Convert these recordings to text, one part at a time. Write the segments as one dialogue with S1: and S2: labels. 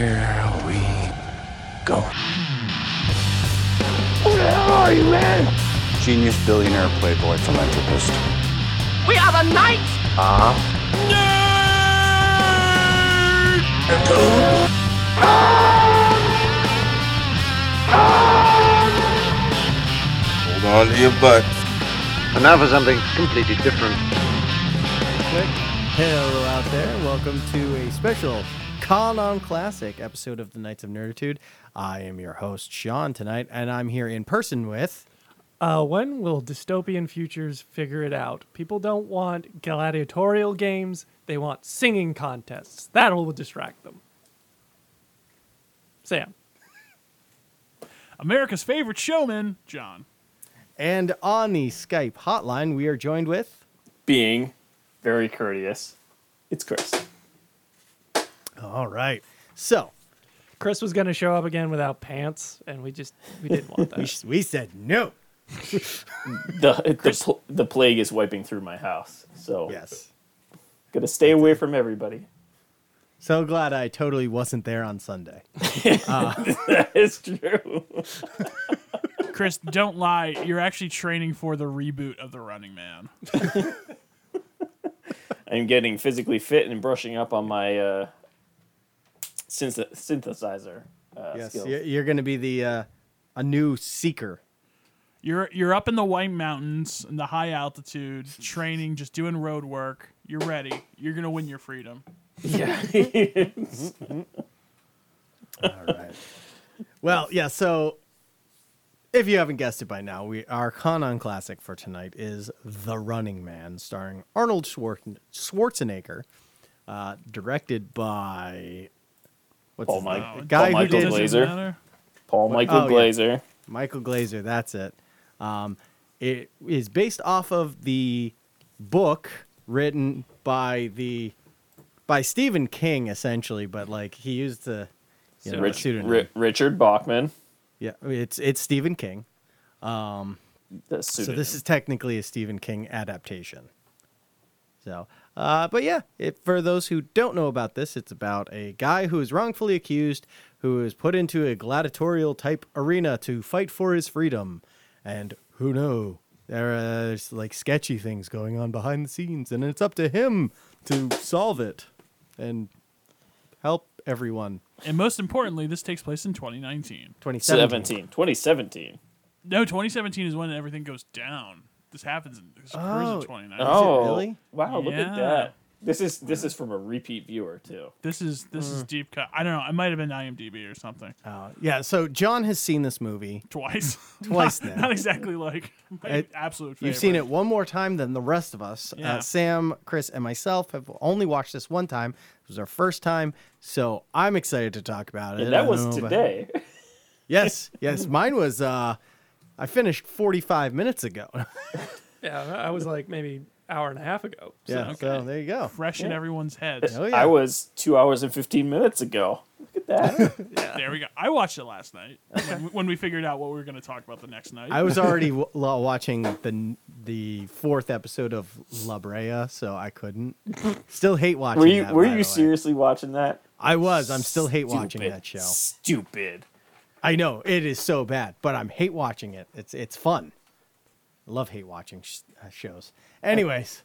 S1: Here we go.
S2: Genius, billionaire, playboy, philanthropist.
S3: We are the knights
S1: Hold on to your butt.
S4: And now for something completely different.
S5: quick. Hello out there. Welcome to a special Con Classic episode of the Knights of Nerditude. I am your host, Sean, tonight, and I'm here in person with
S6: Uh, when will dystopian futures figure it out? People don't want gladiatorial games, they want singing contests. That will distract them. Sam.
S7: America's favorite showman, John.
S5: and on the Skype hotline, we are joined with
S8: being very courteous. It's Chris.
S5: All right. So
S6: Chris was going to show up again without pants, and we just we didn't want
S5: we,
S6: that.
S5: s- we said no.
S8: The the, pl- the plague is wiping through my house, so
S5: Yes.
S8: gonna stay away from everybody.
S5: So glad I totally wasn't there on Sunday.
S8: It's true.
S7: Chris, don't lie. You're actually training for the reboot of The Running Man.
S8: I'm getting physically fit and brushing up on my uh, synth- synthesizer. Uh,
S5: yes,
S8: skills.
S5: you're, you're going to be the uh, a new seeker.
S7: You're you're up in the White Mountains in the high altitude, training, just doing road work. You're ready. You're gonna win your freedom.
S8: Yeah.
S5: All right. Well, yeah, so if you haven't guessed it by now, we our Conan classic for tonight is The Running Man, starring Arnold Schwarzen- Schwarzenegger, uh, directed by what's
S8: Paul
S5: his
S8: Mi-
S5: name?
S8: Paul
S5: The guy who
S8: Michael
S5: did
S8: Glazer. Blazer.
S7: matter.
S8: Paul Michael
S5: Oh, yeah.
S8: Glazer.
S5: Michael Glazer, that's it. Um, it is based off of the book written by the by Stephen King essentially, but like he used the you know,
S8: Rich,
S5: pseudonym.
S8: Ri- Richard Bachman.
S5: Yeah, it's it's Stephen King.
S8: The
S5: So
S8: pseudonym.
S5: this is technically a Stephen King adaptation. So, uh, but yeah, it, for those who don't know about this, it's about a guy who is wrongfully accused, who is put into a gladiatorial type arena to fight for his freedom, and who know there are like sketchy things going on behind the scenes, and it's up to him to solve it and help everyone.
S7: And most importantly, this takes place in 2019.
S5: 2017.
S8: 17. 2017.
S7: No, 2017 is when everything goes down. This happens in this occurs
S5: Oh.
S7: in 2019.
S8: Oh,
S5: really?
S8: wow! Look
S7: Yeah.
S8: at that. This is this is from a repeat viewer too.
S7: This is this
S5: Hmm.
S7: is deep cut. I don't know. I might have been IMDb or something
S5: Uh, yeah, so John has seen this movie.
S7: twice.
S5: Twice
S7: not,
S5: now.
S7: not exactly like my
S5: It-
S7: absolute.
S5: You've seen
S7: favorite.
S5: it one more time than the rest of us. Uh,
S7: Yeah.
S5: Sam, Chris, and myself have only watched this one time. It was our first time, so I'm excited to talk about it.
S8: And
S5: I
S8: that
S5: don't
S8: was
S5: know about-
S8: today.
S5: yes, yes. Mine was. Uh, I finished 45 minutes ago.
S6: yeah, I was like maybe hour and a half ago. So
S5: yeah. So there you go.
S7: fresh in everyone's heads.
S5: Oh, yeah.
S8: I was two hours and 15 minutes ago. Look at that.
S7: There we go. I watched it last night when, when we figured out what we were going to talk about the next night.
S5: I was already w- lo- watching the the fourth episode of La Brea, so I couldn't. Still hate watching.
S8: were you
S5: that,
S8: were
S5: by the
S8: you
S5: way.
S8: seriously watching that?
S5: I was. I'm still hate watching
S8: Stupid.
S5: that show.
S8: Stupid.
S5: I know it is so bad, but I'm hate watching it. It's it's fun. I love hate watching sh- uh, shows. Anyways,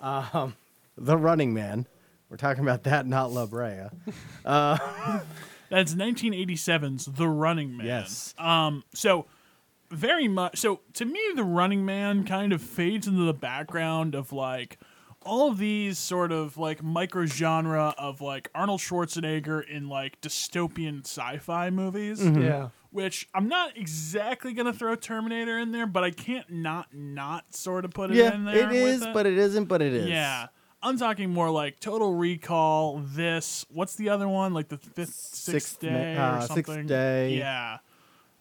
S5: um, The Running Man. We're talking about that, not La Brea.
S7: That's 1987's The Running Man.
S5: Yes.
S7: Um. So very much. So to me, The Running Man kind of fades into the background of like all of these sort of like micro genre of like Arnold Schwarzenegger in like dystopian sci-fi movies.
S5: Mm-hmm.
S6: Yeah.
S7: Which I'm not exactly gonna throw Terminator in there, but I can't not not sort of put it in
S5: yeah,
S7: there.
S5: it
S7: with
S5: is, but it isn't, but it is.
S7: Yeah. I'm talking more like Total Recall, this, what's the other one? Like the fifth, sixth,
S5: Sixth Ma-
S7: day
S5: uh,
S7: or
S5: Sixth
S7: something.
S5: Day.
S7: Yeah.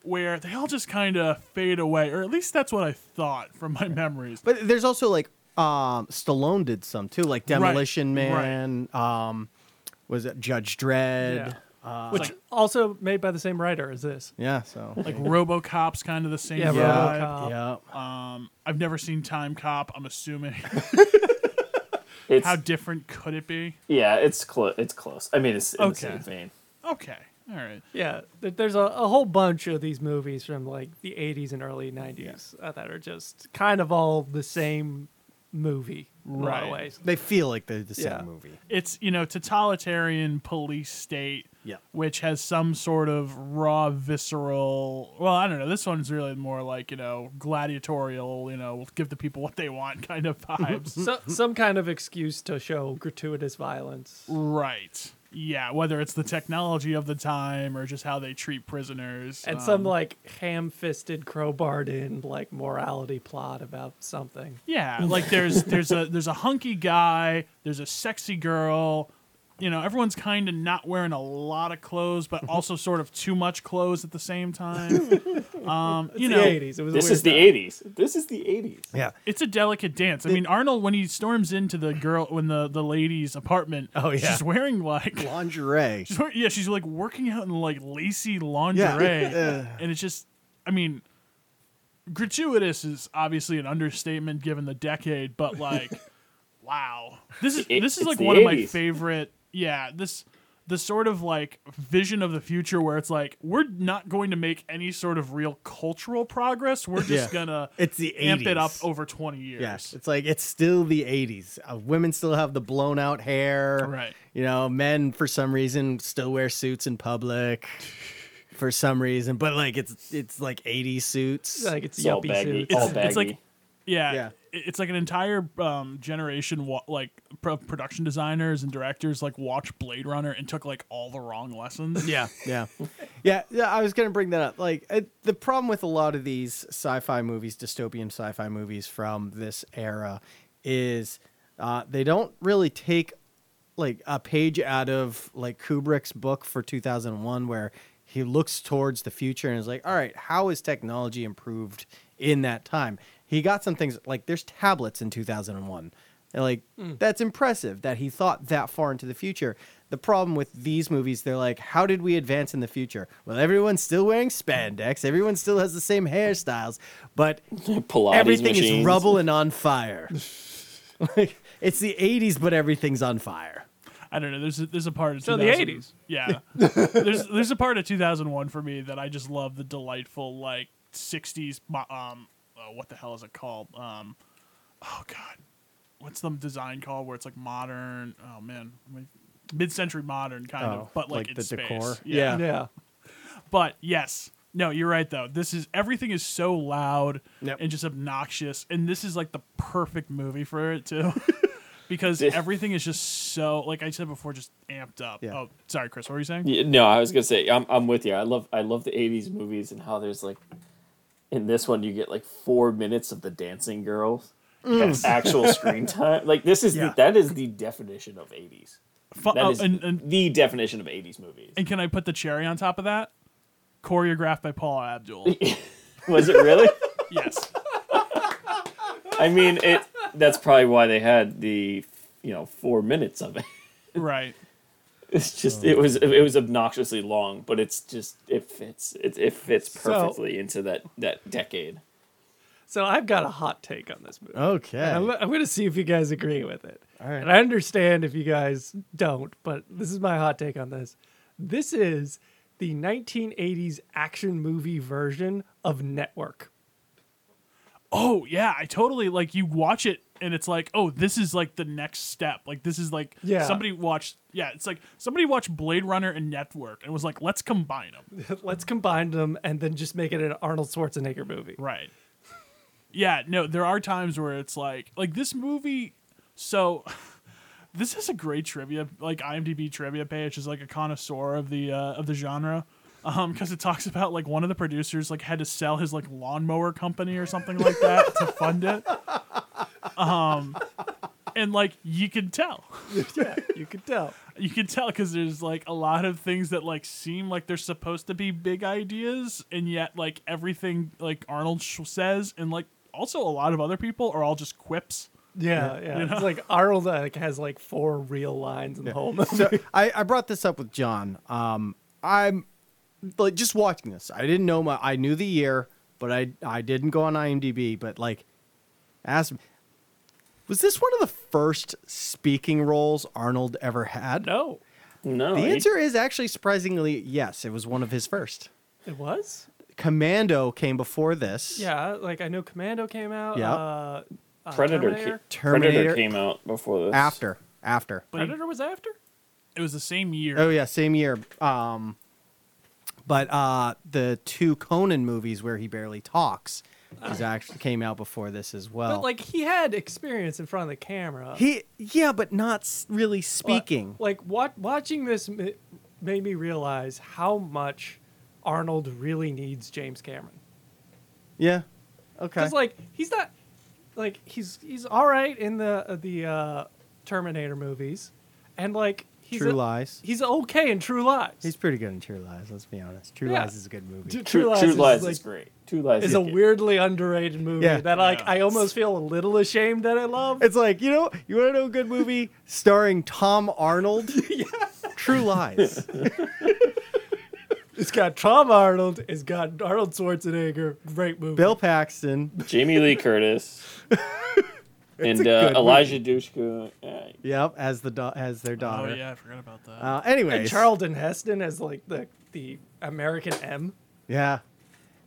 S7: Where they all just kind of fade away, or at least that's what I thought from my memories.
S5: But there's also like um, Stallone did some too, like Demolition
S7: right.
S5: Man. Um, was it Judge Dredd?
S6: Yeah. Which also made by the same writer as this.
S5: Yeah, so
S7: Like uh, RoboCop's kind of the same.
S6: Yeah,
S7: vibe.
S6: RoboCop.
S5: yeah.
S7: I've never seen Time Cop. I'm assuming
S8: It's
S7: how different could it be?
S8: yeah, it's close. It's close. I mean, it's in the
S7: Okay.
S8: same vein.
S7: Okay. All right.
S6: Yeah, th- there's a, a whole bunch of these movies from like the 80s and early 90s uh, that are just kind of all the same movie in a lot of
S7: Right.
S6: ways.
S5: They feel like they're the same
S6: Yeah.
S5: movie.
S7: It's, you know, totalitarian police state,
S5: Yeah.
S7: which has some sort of raw, visceral. Well, I don't know. This one's really more like, you know, gladiatorial, you know, give the people what they want kind of
S6: Mm-hmm.
S8: Mm,
S7: vibes.
S6: So, some kind of excuse to show gratuitous violence.
S7: right. Yeah. Whether it's the technology of the time or just how they treat prisoners.
S6: And
S7: um,
S6: some like ham fisted, crowbarred in like morality plot about something.
S7: Yeah, like there's there's a there's a hunky guy, there's a sexy girl. You know, everyone's kind of not wearing a lot of clothes, but also sort of too much clothes at the same time. Um,
S6: It's
S7: you know,
S6: the 80s. It was a
S8: This
S6: weird
S8: is the
S6: time.
S8: 80s. This is the 80s.
S5: Yeah.
S7: it's a delicate dance. I mean, Arnold when he storms into the girl when the the lady's apartment,
S5: Oh, yeah.
S7: she's wearing like
S5: Lingerie.
S7: she's wearing- yeah, she's like working out in like lacy
S5: Yeah.
S7: lingerie, and it's just, I mean, gratuitous is obviously an understatement given the decade, but like, wow, this is
S8: It-
S7: this is
S8: it's
S7: like
S8: the
S7: one of my
S8: 80s.
S7: favorite. Yeah, this the sort of like vision of the future where it's like we're not going to make any sort of real cultural progress. We're just
S5: Yeah.
S7: gonna
S5: It's the
S7: amp it up
S5: 80s.
S7: over twenty years.
S5: Yes, it's like it's still the '80s. Uh, women still have the blown-out hair.
S7: Right.
S5: You know, men for some reason still wear suits in public. For some reason, but like it's it's like '80s suits.
S6: Like it's
S8: It's all
S6: yuppie
S8: baggy.
S6: suits.
S8: all
S7: It's-
S8: baggy.
S7: it's like- Yeah,
S5: Yeah.
S7: i- it's like an entire um, generation wa- like pro- production designers and directors like watched Blade Runner and took like all the wrong lessons.
S5: yeah, yeah, yeah, yeah. I was gonna bring that up. Like it, the problem with a lot of these sci-fi movies, dystopian sci-fi movies from this era, is uh, they don't really take like a page out of like Kubrick's book for 2001 where he looks towards the future and is like, all right, how has technology improved in that time? He got some things like there's tablets in 2001. And like that's impressive that he thought that far into the future. The problem with these movies, they're like, how did we advance in the future? Well, everyone's still wearing spandex, everyone still has the same hairstyles, but
S8: Pilates
S5: everything
S8: machines.
S5: is rubble and on fire. like it's the 80s but everything's on fire.
S7: I don't know. There's a, there's a part of
S6: So the
S7: 2000
S6: 80s.
S7: Yeah, there's there's a part of 2001 for me that I just love the delightful like 60s. mo- Um, uh, what the hell is it called? Um, oh god, what's the design called where it's like modern? Oh man, mid-century modern kind of, but like, in
S5: Oh, the
S7: space.
S5: decor.
S7: Yeah.
S6: Yeah.
S7: But yes, no, you're right though. This is everything is so loud
S5: Yep.
S7: and just obnoxious, and this is like the perfect movie for it too, because
S8: This-
S7: everything is just so, like I said before, just amped up.
S5: Yeah.
S7: Oh, sorry, Chris, what were you saying?
S8: Yeah, no, I was gonna say I'm I'm with you. I love I love the '80s movies and how there's like in this one you get like four minutes of the dancing girls. That's actual screen time. Like this is
S5: Mm. Yeah.
S8: the, that is the definition of '80s.
S7: Fu-
S8: That
S7: oh,
S8: is
S7: and, and
S8: the definition of '80s movies.
S7: and can I put the cherry on top of that? Choreographed by Paul Abdul.
S8: Was it really?
S7: yes.
S8: I mean, it. That's probably why they had the you know four minutes of it.
S7: Right.
S8: It's just it was it was obnoxiously long, but it's just it fits it it fits
S6: So-
S8: perfectly into that that decade.
S6: So I've got a hot take on this movie.
S5: Okay.
S6: I'm, I'm going to see if you guys agree with it.
S5: right.
S6: And I understand if you guys don't, but this is my hot take on this. This is the 1980s action movie version of Network.
S7: Oh yeah, I totally like you watch it and it's like, oh, this is like the next step. Like this is like
S6: Yeah.
S7: somebody watched yeah, it's like somebody watched Blade Runner and Network and was like, let's combine them.
S6: Let's combine them and then just make it an Arnold Schwarzenegger movie.
S7: Right. Yeah, no, there are times where it's like like this movie so this is a great trivia like IMDb trivia page is like a connoisseur of the uh, of the genre. Um, because it talks about like one of the producers like had to sell his like lawnmower company or something like that to fund it. Um, and like you can tell,
S6: yeah, you could tell.
S7: you can tell because there's like a lot of things that like seem like they're supposed to be big ideas, and yet like everything like Arnold sh- says, and like also a lot of other people are all just quips.
S6: Yeah, yeah. It's like Arnold like, has like four real lines in the whole movie.
S5: so I, I brought this up with John. Um, I'm like just watching this. I didn't know my. I knew the year, but I I didn't go on IMDb. But like, ask me, was this one of the first speaking roles Arnold ever had?
S6: no.
S8: No.
S5: The
S8: he-
S5: answer is actually surprisingly yes. It was one of his first.
S6: It was?
S5: Commando came before this.
S6: Yeah, like I know Commando came out.
S5: Yeah.
S6: Uh, uh,
S8: Predator,
S6: Terminator.
S8: ca-
S5: Terminator-
S8: Predator came out before this.
S5: After. After.
S6: Predator was after?
S7: It was the same year.
S5: Oh yeah, same year. Um, but uh, the two Conan movies where he barely talks is actually came out before this as well.
S6: But like he had experience in front of the camera.
S5: he, yeah, but not s- really
S6: But,
S5: speaking.
S6: Like wa- watching this ma- made me realize how much Arnold really needs James Cameron.
S5: Yeah. Okay.
S6: Cuz like he's not like he's he's all right in the uh, the uh, Terminator movies and like he's
S5: True
S6: a-
S5: Lies.
S6: He's okay in True Lies.
S5: He's pretty good in True Lies. Let's be honest. True
S6: Yeah.
S5: Lies is a good movie.
S6: True,
S8: True, True Lies, is,
S6: like,
S8: great. True Lies
S6: is a
S8: good.
S6: weirdly underrated movie
S5: Yeah.
S6: that like I almost feel a little ashamed that I love.
S5: It's like you know, you want to know a good movie starring Tom Arnold? True Lies.
S6: It's got Tom Arnold. It's got Arnold Schwarzenegger. Great movie.
S5: Bill Paxton.
S8: Jamie Lee Curtis. and
S5: a
S8: uh,
S5: good
S8: Elijah Dushku. Uh,
S5: Yep, as the do- as their
S7: Oh
S5: daughter.
S7: yeah, I forgot about that.
S5: Uh,
S6: and
S5: anyways,
S6: Charlton Heston as like the the American M,
S5: Yeah.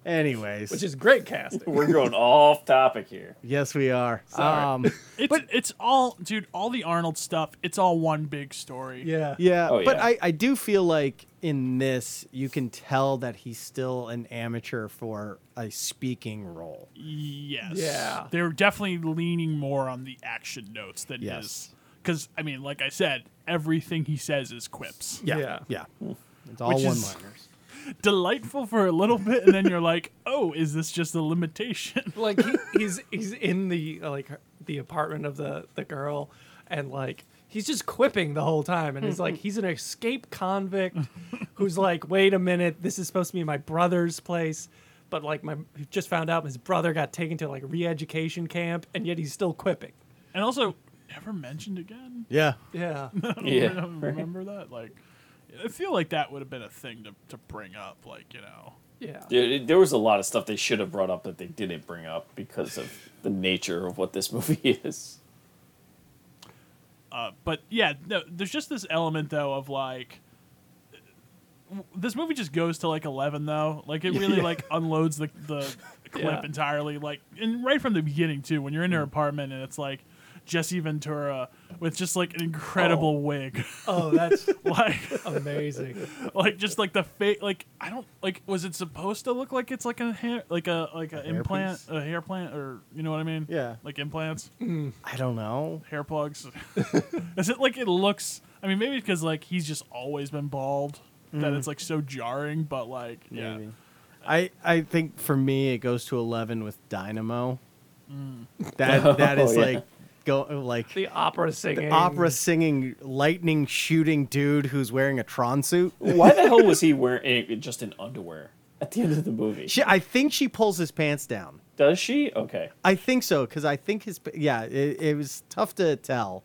S5: Anyways,
S6: which is great casting.
S8: we're going off topic here.
S5: yes, we are. Um,
S6: Sorry.
S7: it's it's all dude, all the Arnold stuff. It's all one big story.
S6: yeah.
S5: yeah,
S8: Oh,
S5: but
S8: yeah.
S5: I, I do feel like in this you can tell that he's still an amateur for a speaking role.
S7: Yes.
S6: Yeah.
S7: They're definitely leaning more on the action notes than
S5: Yes.
S7: his. Because I mean, like I said, everything he says is quips.
S6: Yeah.
S5: yeah.
S8: Hmm.
S5: It's all
S7: Which
S5: one
S7: is-
S5: liners.
S7: Delightful for a little bit, and then you're like, oh, is this just a limitation?
S6: Like he, he's he's in the uh, like the apartment of the the girl, and like he's just quipping the whole time, and it's like he's an escape convict who's like, wait a minute, this is supposed to be my brother's place. But like my just found out his brother got taken to like re-education camp, and yet he's still quipping.
S7: and also, never mentioned again.
S5: Yeah.
S6: Yeah.
S7: I
S8: Yeah.
S7: don't remember that. Like, I feel like that would have been a thing to, to bring up. Like, you know,
S6: Yeah.
S8: There, there was a lot of stuff they should have brought up that they didn't bring up because of the nature of what this movie is.
S7: uh, but yeah, no, there's just this element though of like, w- this movie just goes to like 11 though. Like, it really like unloads the the clip
S6: Yeah. Mm.
S7: entirely. Like, and right from the beginning too, when you're in her apartment and it's like Jesse Ventura with just like an incredible wig,
S6: Oh, that's
S7: like.
S6: amazing.
S7: like just like the fake like I don't like was it supposed to look like it's like a hair like a like a
S5: hair
S7: implant
S5: piece?
S7: a hair plant or you know what I mean
S5: Yeah.
S7: like implants
S5: I don't know.
S7: hair plugs is it like it looks I mean maybe because like he's just always been bald that it's like so jarring but like yeah
S5: Mm. Maybe. I, I think for me it goes to eleven with Dynamo. That that is
S8: Oh, yeah.
S5: like go like
S6: The opera singing.
S5: opera singing lightning shooting dude who's wearing a Tron suit.
S8: Why the hell was he wearing eh, just in underwear at the end of the movie?
S5: She, I think she pulls his pants down.
S8: Does she? Okay.
S5: I think so because I think his yeah it, it was tough to tell,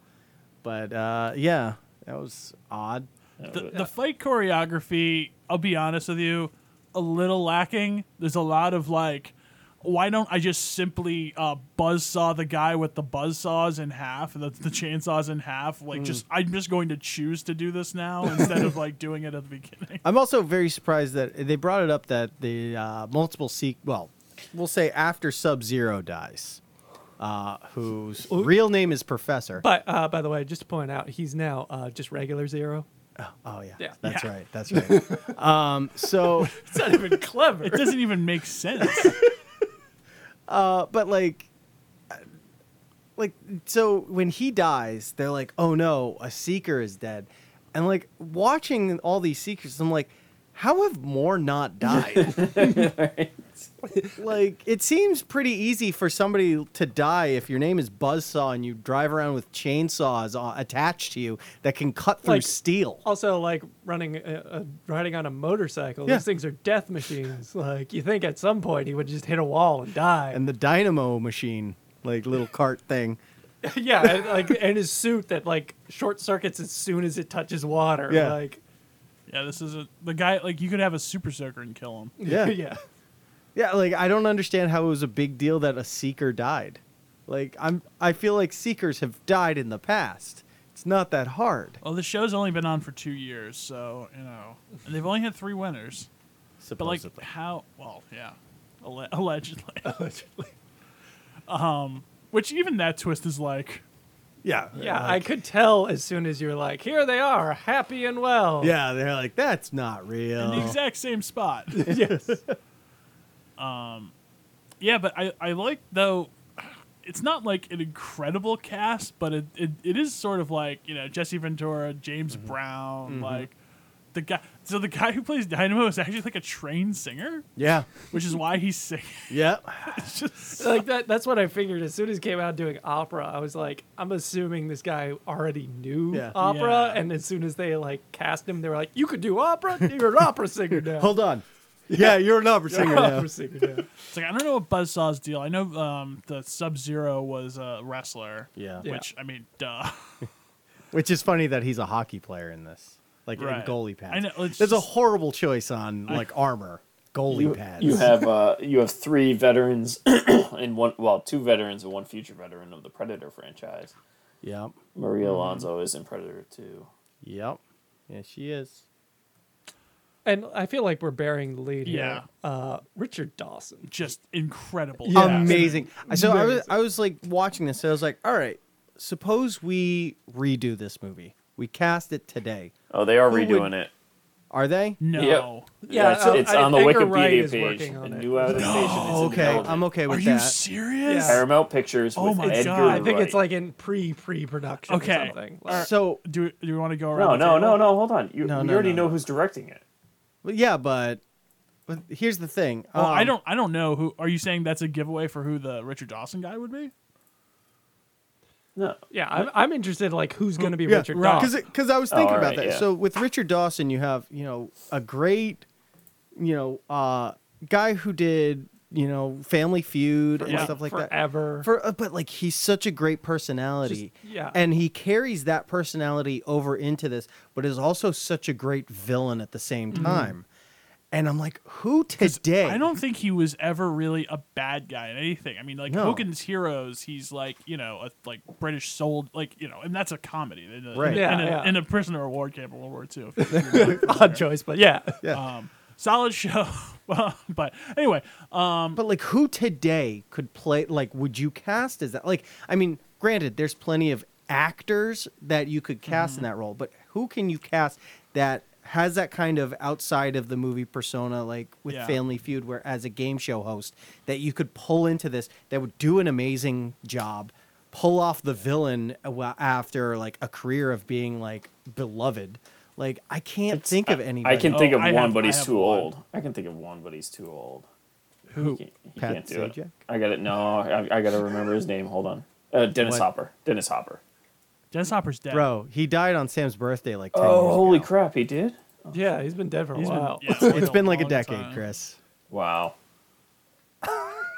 S5: but uh, yeah that was odd.
S7: the, the fight choreography I'll be honest with you a little lacking there's a lot of like why don't I just simply uh, buzz saw the guy with the buzz saws in half and the, the chainsaws in half? Like, just I'm just going to choose to do this now instead of like doing it at the beginning.
S5: I'm also very surprised that they brought it up that the uh, multiple seek well we'll say after Sub Zero dies, uh, whose real name is Professor.
S6: But uh, by the way, just to point out, he's now uh, just regular zero.
S5: oh yeah,
S6: Yeah.
S5: that's
S7: Yeah.
S5: right, that's right. um, so
S6: It's not even clever.
S7: It doesn't even make sense.
S5: but like like so when he dies they're like oh no a seeker is dead and like watching all these seekers i'm like how have more not died like it seems pretty easy for somebody to die if your name is buzzsaw and you drive around with chainsaws uh, attached to you that can cut through
S6: Like-
S5: steel
S6: also, like running, uh, uh, riding on a motorcycle.
S5: Yeah.
S6: These things are death machines. Like you think at some point he would just hit a wall and die.
S5: and the dynamo machine like little cart thing
S6: yeah, and, like and his suit that like short circuits as soon as it touches water.
S5: Yeah.
S6: Like
S7: yeah, this isn't the guy. Like, you could have a super soaker and kill him.
S5: yeah
S6: yeah.
S5: Yeah, like I don't understand how it was a big deal that a seeker died. Like I'm I feel like seekers have died in the past. It's not that hard.
S7: Well, the show's only been on for two years, so you know, and they've only had three winners. But like,
S5: Supposedly.
S7: how? Well, yeah, Alle- allegedly. Allegedly. um, which even that twist is like,
S5: yeah. Uh,
S6: Yeah, I
S5: like-
S6: could tell as soon as you were like, here they are, happy and well.
S5: yeah, they're like, that's not real.
S7: in the exact same spot.
S6: yes.
S7: Um, yeah, but I I like though. It's not like an incredible cast, but it it, it is sort of like you know Jesse Ventura, James Brown, like the guy. So the guy who plays Dynamo is actually like a trained singer,
S5: yeah.
S7: which is why he's singing.
S5: Yeah.
S7: It's just
S6: like that that's what I figured as soon as he came out doing opera, I was like, I'm assuming this guy already knew
S5: Yeah.
S6: opera
S7: Yeah.
S6: and as soon as they like cast him, they were like, You could do opera? You're an opera singer now.
S5: Hold on. Yeah, you're an opera
S6: You're an
S5: singer now.
S6: opera singer now.
S7: It's like I don't know what Buzzsaw's deal. I know um, the Sub Zero was a wrestler.
S5: Yeah.
S6: Yeah.
S7: Which I mean, duh.
S5: Which is funny that he's a hockey player in this, like in
S7: Right.
S5: goalie pads.
S7: I know, it's
S5: There's a
S7: just-
S5: horrible choice on like armor, goalie
S8: You,
S5: pads.
S8: you have uh, you have three veterans and one well two veterans and one future veteran of the Predator franchise.
S5: Yep.
S8: Maria
S7: Mm-hmm.
S8: Alonso is in Predator Two.
S5: Yep. Yeah, she is.
S6: And I feel like we're burying the lead
S7: Yeah.
S6: here. Uh, Richard Dawson.
S7: Just incredible.
S6: Yeah.
S5: Amazing. So I was
S6: Amazing.
S5: I was like watching this. And I was like, all right, suppose we redo this movie. We cast it today.
S8: Oh, they are
S7: Who would-
S8: redoing it.
S5: Are they?
S7: No.
S6: Yeah,
S8: it's,
S6: uh,
S8: it's
S6: I-
S8: on the
S6: Edgar
S8: Wikipedia
S6: Wright is
S8: page.
S6: working on
S8: A
S6: it.
S8: new adaptation is in
S5: Okay,
S8: development.
S5: I'm okay with
S7: Are you
S5: that.
S7: serious?
S6: Yeah.
S8: Paramount Pictures
S7: Oh
S8: with
S7: my
S8: Edgar
S7: God.
S6: I think it's
S8: Wright.
S6: like in pre pre production or
S7: Okay.
S6: something.
S7: All right.
S5: So
S7: Do do you want to go
S8: no,
S7: around? the
S8: no,
S7: table?
S8: no, no. Hold on. You,
S5: No,
S8: you
S5: no,
S8: already
S5: no,
S8: know
S5: no.
S8: who's directing it.
S5: well, yeah, but, but here's the thing.
S7: Well, I
S5: Um,
S7: don't. I don't know who. Are you saying that's a giveaway for who the Richard Dawson guy would be?
S8: No,
S6: Yeah, I'm, I'm interested like who's going to be
S5: Yeah,
S6: Richard
S7: right.
S6: Dawson.
S5: because because I was
S8: Oh,
S5: thinking
S8: all
S5: about
S8: right,
S5: that.
S8: yeah.
S5: So with Richard Dawson, you have you know a great, you know, uh, guy who did you know Family Feud and
S7: Yeah.
S5: stuff like that.
S6: forever.
S5: For uh, but like he's such a great personality,
S6: Just- yeah.
S5: and he carries that personality over into this, but is also such a great villain at the same time. And I'm like, who today?
S7: I don't think he was ever really a bad guy in anything. I mean, like
S5: No.
S7: Hogan's Heroes, he's like you know a like British sold like you know, and that's a comedy in a,
S5: Right.
S7: in, a-
S6: Yeah,
S7: in a,
S6: yeah.
S7: in a prisoner of war camp of World War II.
S6: Odd choice, but yeah.
S7: um, solid show, but anyway,
S5: But like, who today could play? Like, would you cast as that? Like, I mean, granted, there's plenty of actors that you could cast
S8: Mm-hmm.
S5: in that role, but who can you cast that has that kind of outside of the movie persona, like with
S7: Yeah.
S5: Family Feud, where as a game show host that you could pull into this that would do an amazing job, pull off the villain a- wa- after like a career of being like beloved. Like, I can't think of anybody.
S8: I can think
S7: Oh,
S8: of
S7: I
S8: one,
S7: have-
S8: but
S7: I
S8: he's
S7: have
S8: too
S7: one.
S8: old. I can think of one, but he's too old.
S5: who
S8: He, he
S5: Pat
S8: can't do it.
S5: Sajak?
S8: I got it. No, I, I got to remember his name. Hold on. Uh, Dennis
S5: What?
S8: Hopper. Dennis Hopper.
S7: Dennis Hopper's dead.
S5: Bro, he died on Sam's birthday like 10 years
S8: Oh,
S5: ago.
S8: holy crap! He did.
S6: Yeah, he's been dead for a
S7: He's been-
S6: while.
S7: yeah,
S5: it's been like a
S7: long
S5: decade,
S7: time.
S5: Chris.
S8: Wow.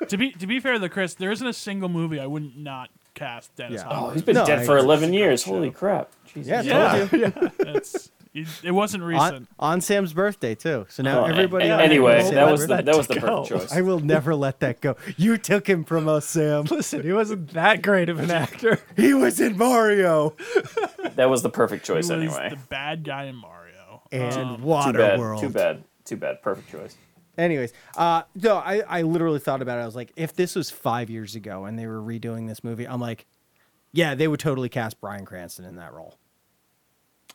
S7: To be to be fair though, Chris, there isn't a single movie I wouldn't not cast Dennis
S5: Yeah.
S8: Oh,
S7: Hopper.
S8: he's been
S5: No,
S8: dead
S5: I-
S8: for eleven years. Holy crap! Jesus.
S5: Yeah,
S6: Yeah.
S5: told you.
S7: That's it, it wasn't
S5: On,
S7: recent.
S5: on Sam's birthday too. So now
S8: Oh, a-
S5: everybody.
S8: a-
S5: on
S8: anyway,
S5: Sam's
S8: that was the,
S5: birthday-
S8: that was the
S6: Let
S8: perfect
S6: go.
S8: choice.
S5: I will never let that go. You took him from us, Sam.
S6: Listen, he wasn't that great of an actor.
S5: He was in Mario
S8: That was the perfect
S7: He
S8: choice
S7: was
S8: anyway.
S7: the bad guy in Mario.
S5: and
S8: Too bad.
S5: Waterworld.
S8: Too bad. Too bad. Perfect choice.
S5: Anyways, uh, no, I, I literally thought about it. I was like, if this was five years ago and they were redoing this movie, I'm like, yeah, they would totally cast Brian Cranston in that role.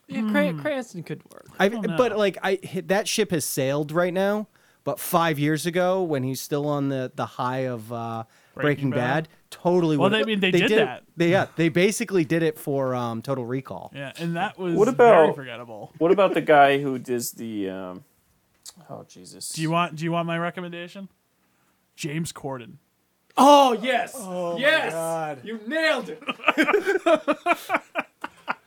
S6: Yeah,
S7: Hmm.
S6: Cran- Cranston could work.
S5: I,
S7: don't
S5: but
S7: know.
S5: like I that ship has sailed right now. But five years ago, when he's still on the the high of uh, Breaking,
S7: Breaking
S5: Bad,
S7: Bad.
S5: totally.
S7: Well,
S5: would've-
S7: they- I mean, they did
S5: it-
S7: that.
S5: They, yeah, they basically did it for um, Total Recall.
S7: Yeah, and that was
S8: What about-
S7: very forgettable.
S8: What about the guy who does the? Um, oh Jesus!
S7: Do you want do you want my recommendation? James Corden.
S6: Oh yes, yes, you nailed it.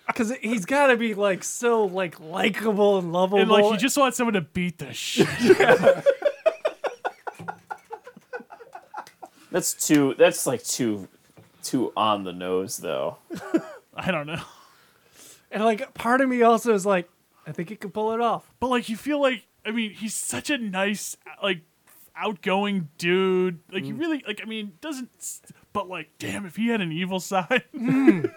S6: Because he's got to be like so like likable and lovable.
S7: And like you just want someone to beat the shit.
S8: That's too. That's like too, too on the nose though.
S7: Hmm. I don't know.
S6: and like part of me also is like, I think he could pull it off.
S7: But like you feel like I mean, he's such a nice like outgoing dude. Like
S6: Mm.
S7: you really like I mean, doesn't but like damn if he had an evil side.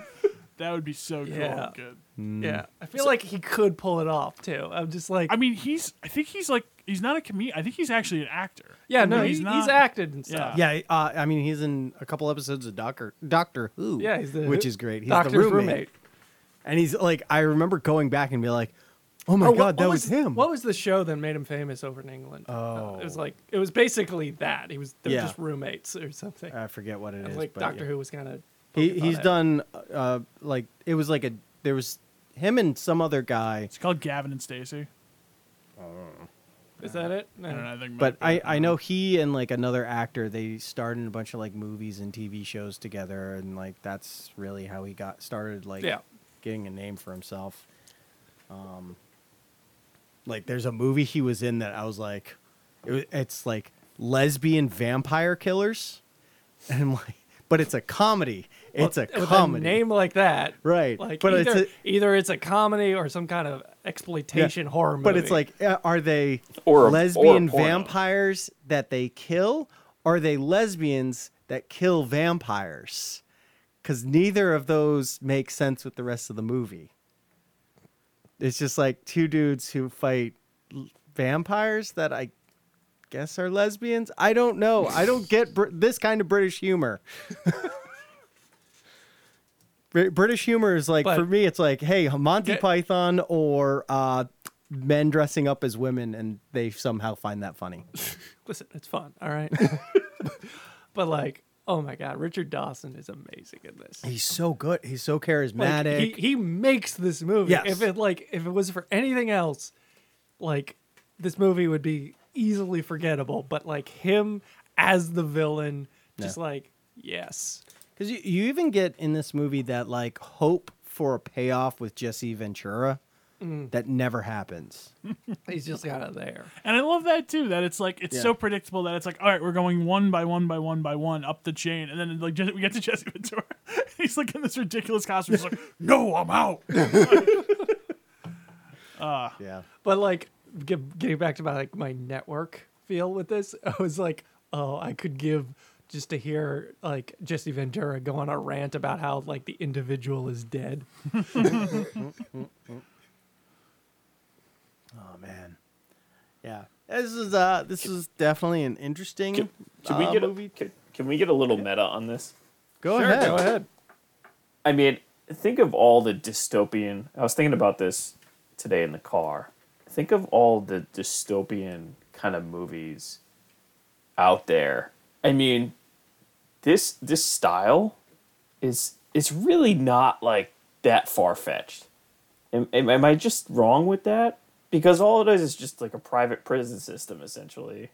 S7: That would be so cool.
S6: Mm. Yeah.
S7: Good.
S5: Mm.
S6: Yeah, I feel like he could pull it off too. I'm just like,
S7: I mean, he's. I think he's like. He's not a comedian. I think he's actually an actor.
S6: yeah,
S7: I mean,
S6: no, he's, he's acted and stuff.
S7: Yeah.
S5: Yeah, uh, I mean, he's in a couple episodes of Doctor Doctor Who.
S6: Yeah, he's the
S5: which
S6: who-
S5: is great. He's
S6: Doctor's
S5: the roommate. and he's like, I remember going back and be like, oh my
S6: Oh,
S5: god,
S6: what,
S5: that
S6: what
S5: was, him. Oh.
S6: What was the show that made him famous over in England? Uh, it was like it was basically that. He was they're
S5: Yeah.
S6: just roommates or something.
S5: I forget what it
S6: I
S5: is.
S6: was like
S5: but
S6: Doctor
S5: yeah.
S6: Who was kind of
S5: He, he's done uh, like it was like a there was him and some other guy,
S7: It's called Gavin and Stacey.
S6: Is that it? No.
S7: I don't know. I think
S5: but
S7: might be-
S5: I I know he and like another actor they starred in a bunch of like movies and TV shows together, and like that's really how he got started like
S6: Yeah.
S5: getting a name for himself. Um, like there's a movie he was in that I was like, it, wa- it's like lesbian vampire killers, and I'm like, but it's a comedy.
S6: Well,
S5: It's a
S6: with
S5: comedy.
S6: name like that,
S5: Right,
S6: Like
S5: but it's
S6: either,
S5: a-
S6: either it's a comedy or some kind of exploitation horror movie.
S5: But it's like, uh, are they
S8: Or a- or a
S5: lesbian
S8: porno.
S5: vampires that they kill? Or are they lesbians that kill vampires? Because neither of those make sense with the rest of the movie. It's just like two dudes who fight l- vampires that I guess are lesbians. I don't know. I don't get br- this kind of British humor. Br- British humor is like
S6: But-
S5: for me, it's like, hey, Monty
S6: Get-
S5: Python or uh, men dressing up as women, and they somehow find that funny.
S6: listen, it's fun, all right. but like, oh my god, Richard Dawson is amazing in this.
S5: He's so good. He's so
S6: Like,
S5: charismatic.
S6: he, he makes this movie.
S5: Yes.
S6: If it like if it was for anything else, like this movie would be easily forgettable. But like him as the villain, just like yes,
S5: Because you, you even get in this movie that like hope for a payoff with Jesse Ventura
S6: Mm.
S5: that never happens.
S6: he's just kind of there.
S7: And I love that too. That it's like it's
S5: Yeah.
S7: so predictable that it's like, all right, we're going one by one by one by one up the chain, and then like just, we get to Jesse Ventura. he's like in this ridiculous costume. He's like, no, I'm out.
S5: Yeah.
S6: But like get, getting back to my like my network feel with this, I was like, oh, I could give just to hear like Jesse Ventura go on a rant about how like the individual is dead.
S5: Oh man. Yeah. This is uh this is definitely an interesting
S8: Can, can
S5: uh,
S8: we get
S5: movie.
S8: a, can, can we get a little meta on this?
S5: Go ahead.
S6: Go ahead.
S8: I mean, think of all the dystopian. I was thinking about this today in the car. Think of all the dystopian kind of movies out there. I mean, this this style is it's really not like that far fetched. Am, am, am I just wrong with that? Because all it is is just like a private prison system essentially,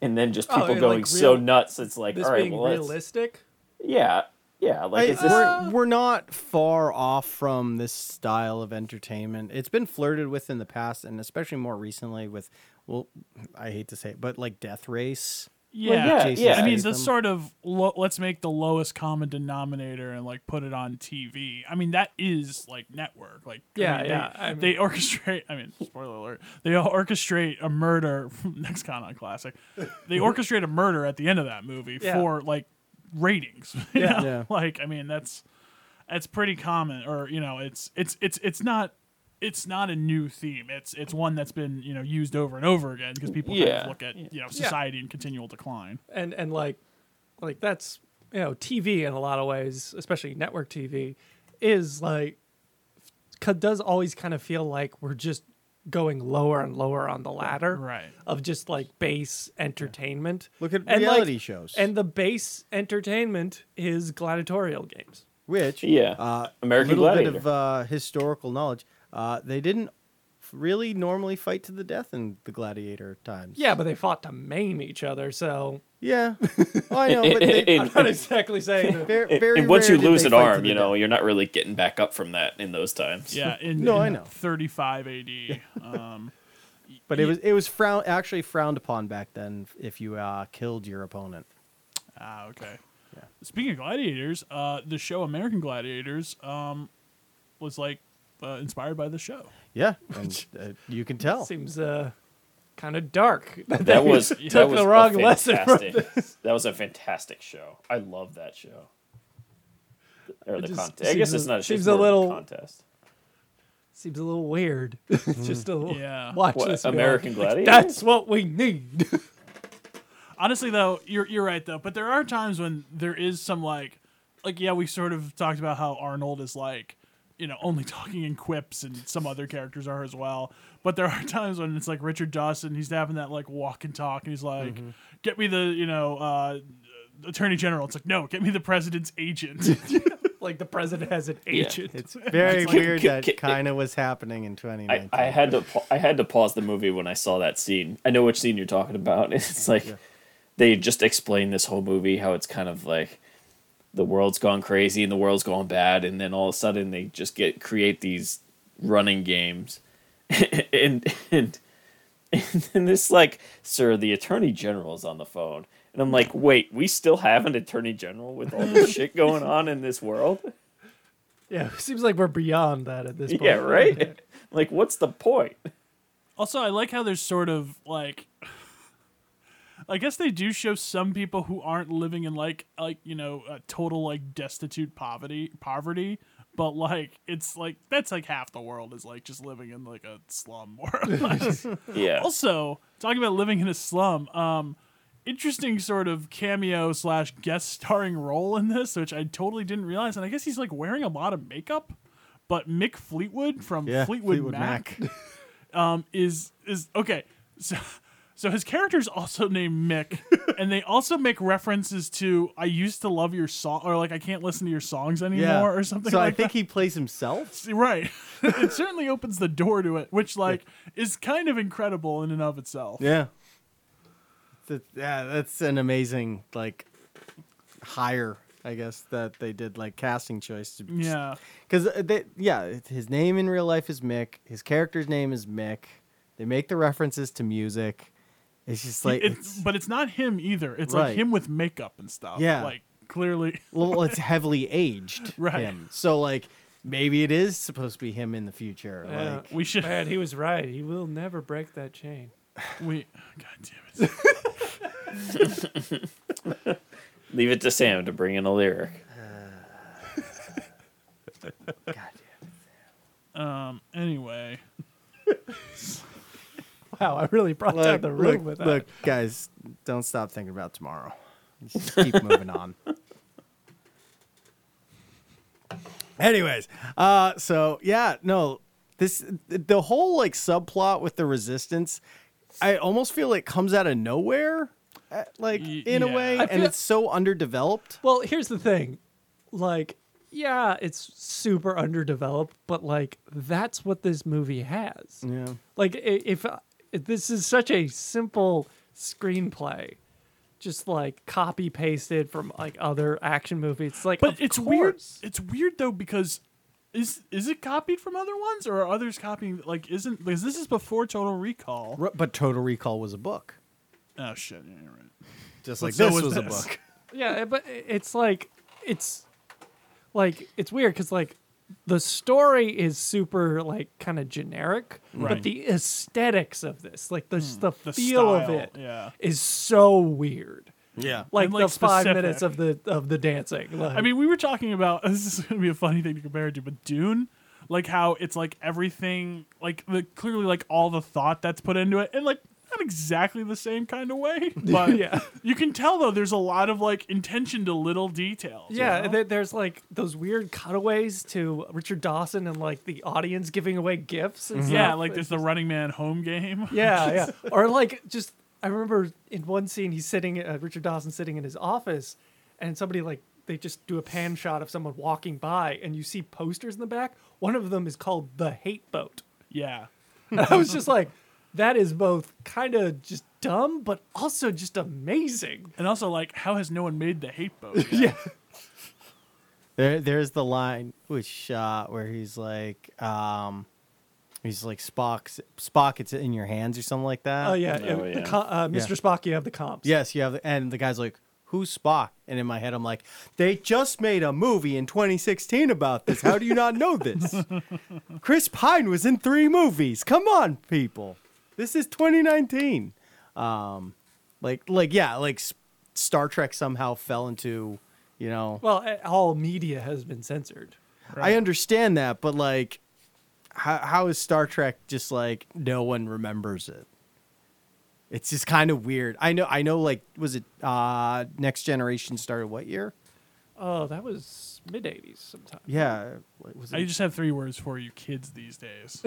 S8: and then just
S6: Oh,
S8: people
S6: and, like,
S8: going so
S6: real-
S8: nuts. It's like
S6: This
S8: all right,
S6: being
S8: well, let's-
S6: realistic. uh,
S8: yeah, yeah, like
S5: Hey,
S8: it's just,
S5: we're, we're not far off from this style of entertainment. It's been flirted with in the past, and especially more recently with, well, I hate to say it, but like Death Race.
S7: Yeah,
S8: yeah,
S5: Jason
S8: yeah.
S7: I mean,
S5: Statham.
S7: this sort of lo- let's make the lowest common denominator and like put it on TV. I mean, that is like network. Like, I
S6: Yeah,
S7: mean,
S6: yeah,
S7: They,
S6: I mean-
S7: they orchestrate. I mean, spoiler alert. They all orchestrate a murder. next con on classic. They orchestrate a murder at the end of that movie
S6: Yeah.
S7: for like ratings. you
S6: Yeah.
S7: know?
S5: Yeah.
S7: Like, I mean, that's that's pretty common. Or you know, it's it's it's it's not. It's not a new theme. It's it's one that's been you know used over and over again because people kind
S8: Yeah.
S7: of look at you know society in continual decline.
S6: and and like like that's you know TV in a lot of ways, especially network TV, is like c- does always kind of feel like we're just going lower and lower on the ladder,
S7: Right.
S6: Of just like base entertainment.
S5: Look at
S6: And, like-
S5: reality shows.
S6: and the base entertainment is gladiatorial games.
S5: Which,
S8: Yeah.
S5: uh,
S8: American
S5: little bit
S8: Gladiator.
S5: of uh, historical knowledge. Uh, they didn't f- really normally fight to the death in the Gladiator times.
S6: Yeah, but they fought to maim each other, so
S5: Yeah. Well, I know, but
S8: And-
S5: they,
S6: I'm
S8: and-
S6: not exactly saying that.
S5: very,
S8: and-
S5: very
S8: and once
S5: rare
S8: you
S5: did
S8: lose
S5: they
S8: an
S5: fight to
S8: arm,
S5: the
S8: you know,
S5: death.
S8: you're not really getting back up from that in those times.
S7: Yeah, in,
S5: No,
S7: in
S5: I know.
S7: 35 AD. Um,
S5: But it was it was frown actually frowned upon back then if you uh, killed your opponent.
S7: ah, okay. Speaking of gladiators, uh, the show American Gladiators um, was like uh, inspired by the show.
S5: Yeah, and uh, you can tell.
S6: Seems uh, kind of dark.
S8: That was
S6: took
S8: that was
S6: the wrong
S8: a
S6: lesson. From
S8: fantastic- That was a fantastic show. I love that show. or
S6: It
S8: the
S6: just
S8: contest. I guess
S6: seems
S8: it's
S6: a-
S8: not. It's
S6: seems
S8: just
S6: a
S8: more of a
S6: little-
S8: contest.
S6: Seems a little weird. Just a
S7: Yeah.
S6: watch
S8: What,
S6: this. and be
S8: American
S6: like,
S8: Gladiator?
S6: That's what we need.
S7: Honestly, though, you're you're right though. But there are times when there is some like, like yeah, we sort of talked about how Arnold is like, you know, only talking in quips, and some other characters are as well. But there are times when it's like Richard Dawson, he's having that like walk and talk, and he's like, "Get me the you know, uh, Attorney General." It's like, no, get me the president's agent.
S6: like the president has an
S8: Yeah.
S6: agent.
S5: It's very weird
S8: k-
S5: that
S8: k-
S5: kind of was happening in
S8: I,
S5: 2019.
S8: I had to pa- I had to pause the movie when I saw that scene. I know which scene you're talking about. It's like they just explain this whole movie how it's kind of like the world's gone crazy and the world's gone bad, and then all of a sudden they just get create these running games, and and and then this like sir, the attorney general is on the phone, and I'm like, wait, we still have an attorney general with all this shit going on in this world?
S6: Yeah, it seems like we're beyond that at this point.
S8: Yeah, right. Like, what's the point?
S7: Also, I like how there's sort of like I guess they do show some people who aren't living in like like you know a total like destitute poverty poverty, but like it's like that's like half the world is like just living in like a slum more or less.
S8: Yeah.
S7: also, talking about living in a slum, um, interesting sort of cameo slash guest starring role in this, which I totally didn't realize, and I guess he's like wearing a lot of makeup. But Mick Fleetwood from
S5: Yeah,
S7: Fleetwood,
S5: Fleetwood
S7: Mac, um, is is okay. So, so his character's also named Mick, and they also make references to "I used to love your song" or like "I can't listen to your songs anymore"
S5: yeah.
S7: or something.
S5: So
S7: like
S5: I think
S7: that.
S5: he plays himself.
S7: See, right. it certainly opens the door to it, which like is kind of incredible in and of itself.
S5: Yeah. That, yeah, that's an amazing like hire, I guess that they did like casting choice to
S7: Yeah.
S5: Because uh, they, yeah, it- his name in real life is Mick. His character's name is Mick. They make the references to music. It's just like,
S7: It's,
S5: it's,
S7: but it's not him either. It's like
S5: Right.
S7: him with makeup and stuff.
S5: Yeah.
S7: Like clearly.
S5: well, it's heavily aged
S7: Right.
S5: him. So like, maybe it is supposed to be him in the future.
S6: Yeah.
S5: Like,
S7: We should
S6: Man, he was right. He will never break that chain.
S7: we God damn it.
S8: Leave it to Sam to bring in a lyric.
S7: Um anyway.
S6: Wow, I really brought down
S5: look,
S6: the room
S5: look,
S6: with that.
S5: look, guys, don't stop thinking about tomorrow. Just keep moving on. Anyways, uh, so yeah, no, this the whole like subplot with the resistance, I almost feel it comes out of nowhere, uh, like
S7: Y-
S5: in
S7: yeah.
S5: a way,
S7: I
S5: and
S6: feel-
S5: it's so underdeveloped.
S6: Well, here's the thing. Like, yeah, it's super underdeveloped, but like that's what this movie has.
S5: Yeah,
S6: Like i- if, uh, if this is such a simple screenplay, just like copy pasted from like other action movies. It's like,
S7: But
S6: of
S7: it's weird
S6: course.
S7: it's weird though because is is it copied from other ones or are others copying like isn't because this is before Total Recall.
S5: R- but Total Recall was a book,
S7: Oh shit, yeah, you're right.
S5: just
S7: But
S5: like
S7: so
S5: this
S7: was
S5: was a
S7: this.
S5: book.
S6: Yeah, eh, but it's like it's like it's weird because like the story is super like kind of generic,
S7: Right. Hmm.
S6: but the aesthetics of this, like the the,
S7: The
S6: feel of
S7: style,
S6: it, is
S7: Yeah.
S6: so weird.
S5: Yeah,
S6: Like,
S7: And, like,
S6: the five
S7: specific.
S6: minutes of the of the dancing. Like,
S7: I mean, we were talking about this is going to be a funny thing to compare it to, but Dune, like how it's like everything, like the clearly like all the thought that's put into it, and like not exactly the same kind of way, but
S6: Yeah.
S7: you can tell though there's a lot of like intention to little details. you
S6: yeah,
S7: know?
S6: there- there's like those weird cutaways to Richard Dawson and like the audience giving away gifts. And
S7: yeah,
S6: stuff.
S7: like there's the Running Man home game.
S6: Yeah, yeah. Or like just I remember in one scene he's sitting uh, Richard Dawson sitting in his office and somebody like they just do a pan shot of someone walking by and you see posters in the back. One of them is called The Hate Boat.
S7: yeah.
S6: And I was just like that is both kind of just dumb but also just amazing.
S7: And also, like, how has no one made the hate boat? yet?
S5: There, there's the line with shot where he's like, um, he's like Spock. Spock, it's in your hands or something like that.
S6: Oh yeah,
S8: Oh,
S6: uh, the
S8: yeah.
S6: co- uh, Mr.
S5: Yeah.
S6: Spock you have the comps.
S5: Yes, you have. the- And the guy's like, "Who's Spock?" And in my head, I'm like, "They just made a movie in 2016 about this. How do you not know this? Chris Pine was in three movies. Come on, people. This is 2019. Um, like, like yeah, like S- Star Trek somehow fell into You know,
S6: Well, eh, all media has been censored.
S5: I understand that, but like, how, how is Star Trek just like no one remembers it? It's just kind of weird. I know. I know. Like, was it uh Next Generation started what year?
S6: Oh, that was mid '80s sometime.
S5: Yeah, like, was
S7: I just have three words for you kids these days.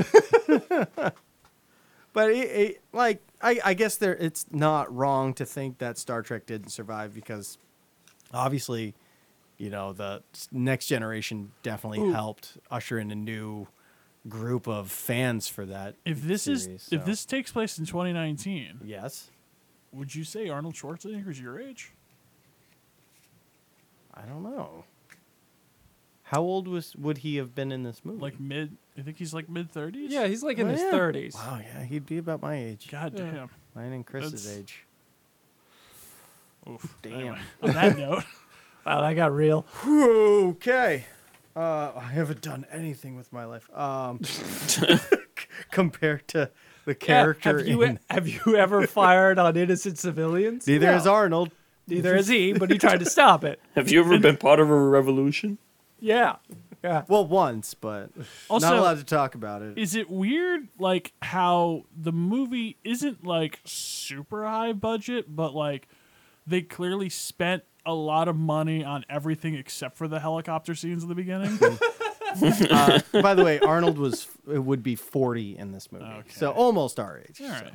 S5: But it, it, like I, I guess there it's not wrong to think that Star Trek didn't survive because obviously, you know, the s- next generation definitely helped usher in a new group of fans for that.
S7: If this is
S5: series,
S7: if
S5: so-
S7: this takes place in 2019,
S5: yes,
S7: would you say Arnold Schwarzenegger's your age?
S5: I don't know. How old was would he have been in this movie?
S7: Like mid? I think he's like mid 30s.
S6: Yeah, he's like in his
S5: Yeah.
S6: 30s.
S5: wow, yeah, he'd be about my age,
S7: God damn.
S5: mine and Chris's
S7: that's-
S5: age.
S7: Oof.
S5: Damn.
S7: Anyway, on that note,
S6: Wow, that got real.
S5: Okay. Uh, I haven't done anything with my life. Um, c- compared to the character
S6: have you e-,
S7: e-,
S5: in
S6: have you ever fired on innocent civilians?
S5: neither
S6: No.
S5: is Arnold.
S6: neither is he, but he tried to stop it.
S8: Have you ever been part of a revolution?
S6: Yeah, yeah.
S5: Well, once, but not
S7: Also-
S5: allowed to talk about it.
S7: is it weird like how the movie isn't like super high budget, but like they clearly spent a lot of money on everything except for the helicopter scenes in the beginning?
S5: Uh, by the way, Arnold was it would be forty in this movie, so
S7: Okay.
S5: almost our age.
S7: All
S5: so.
S7: right.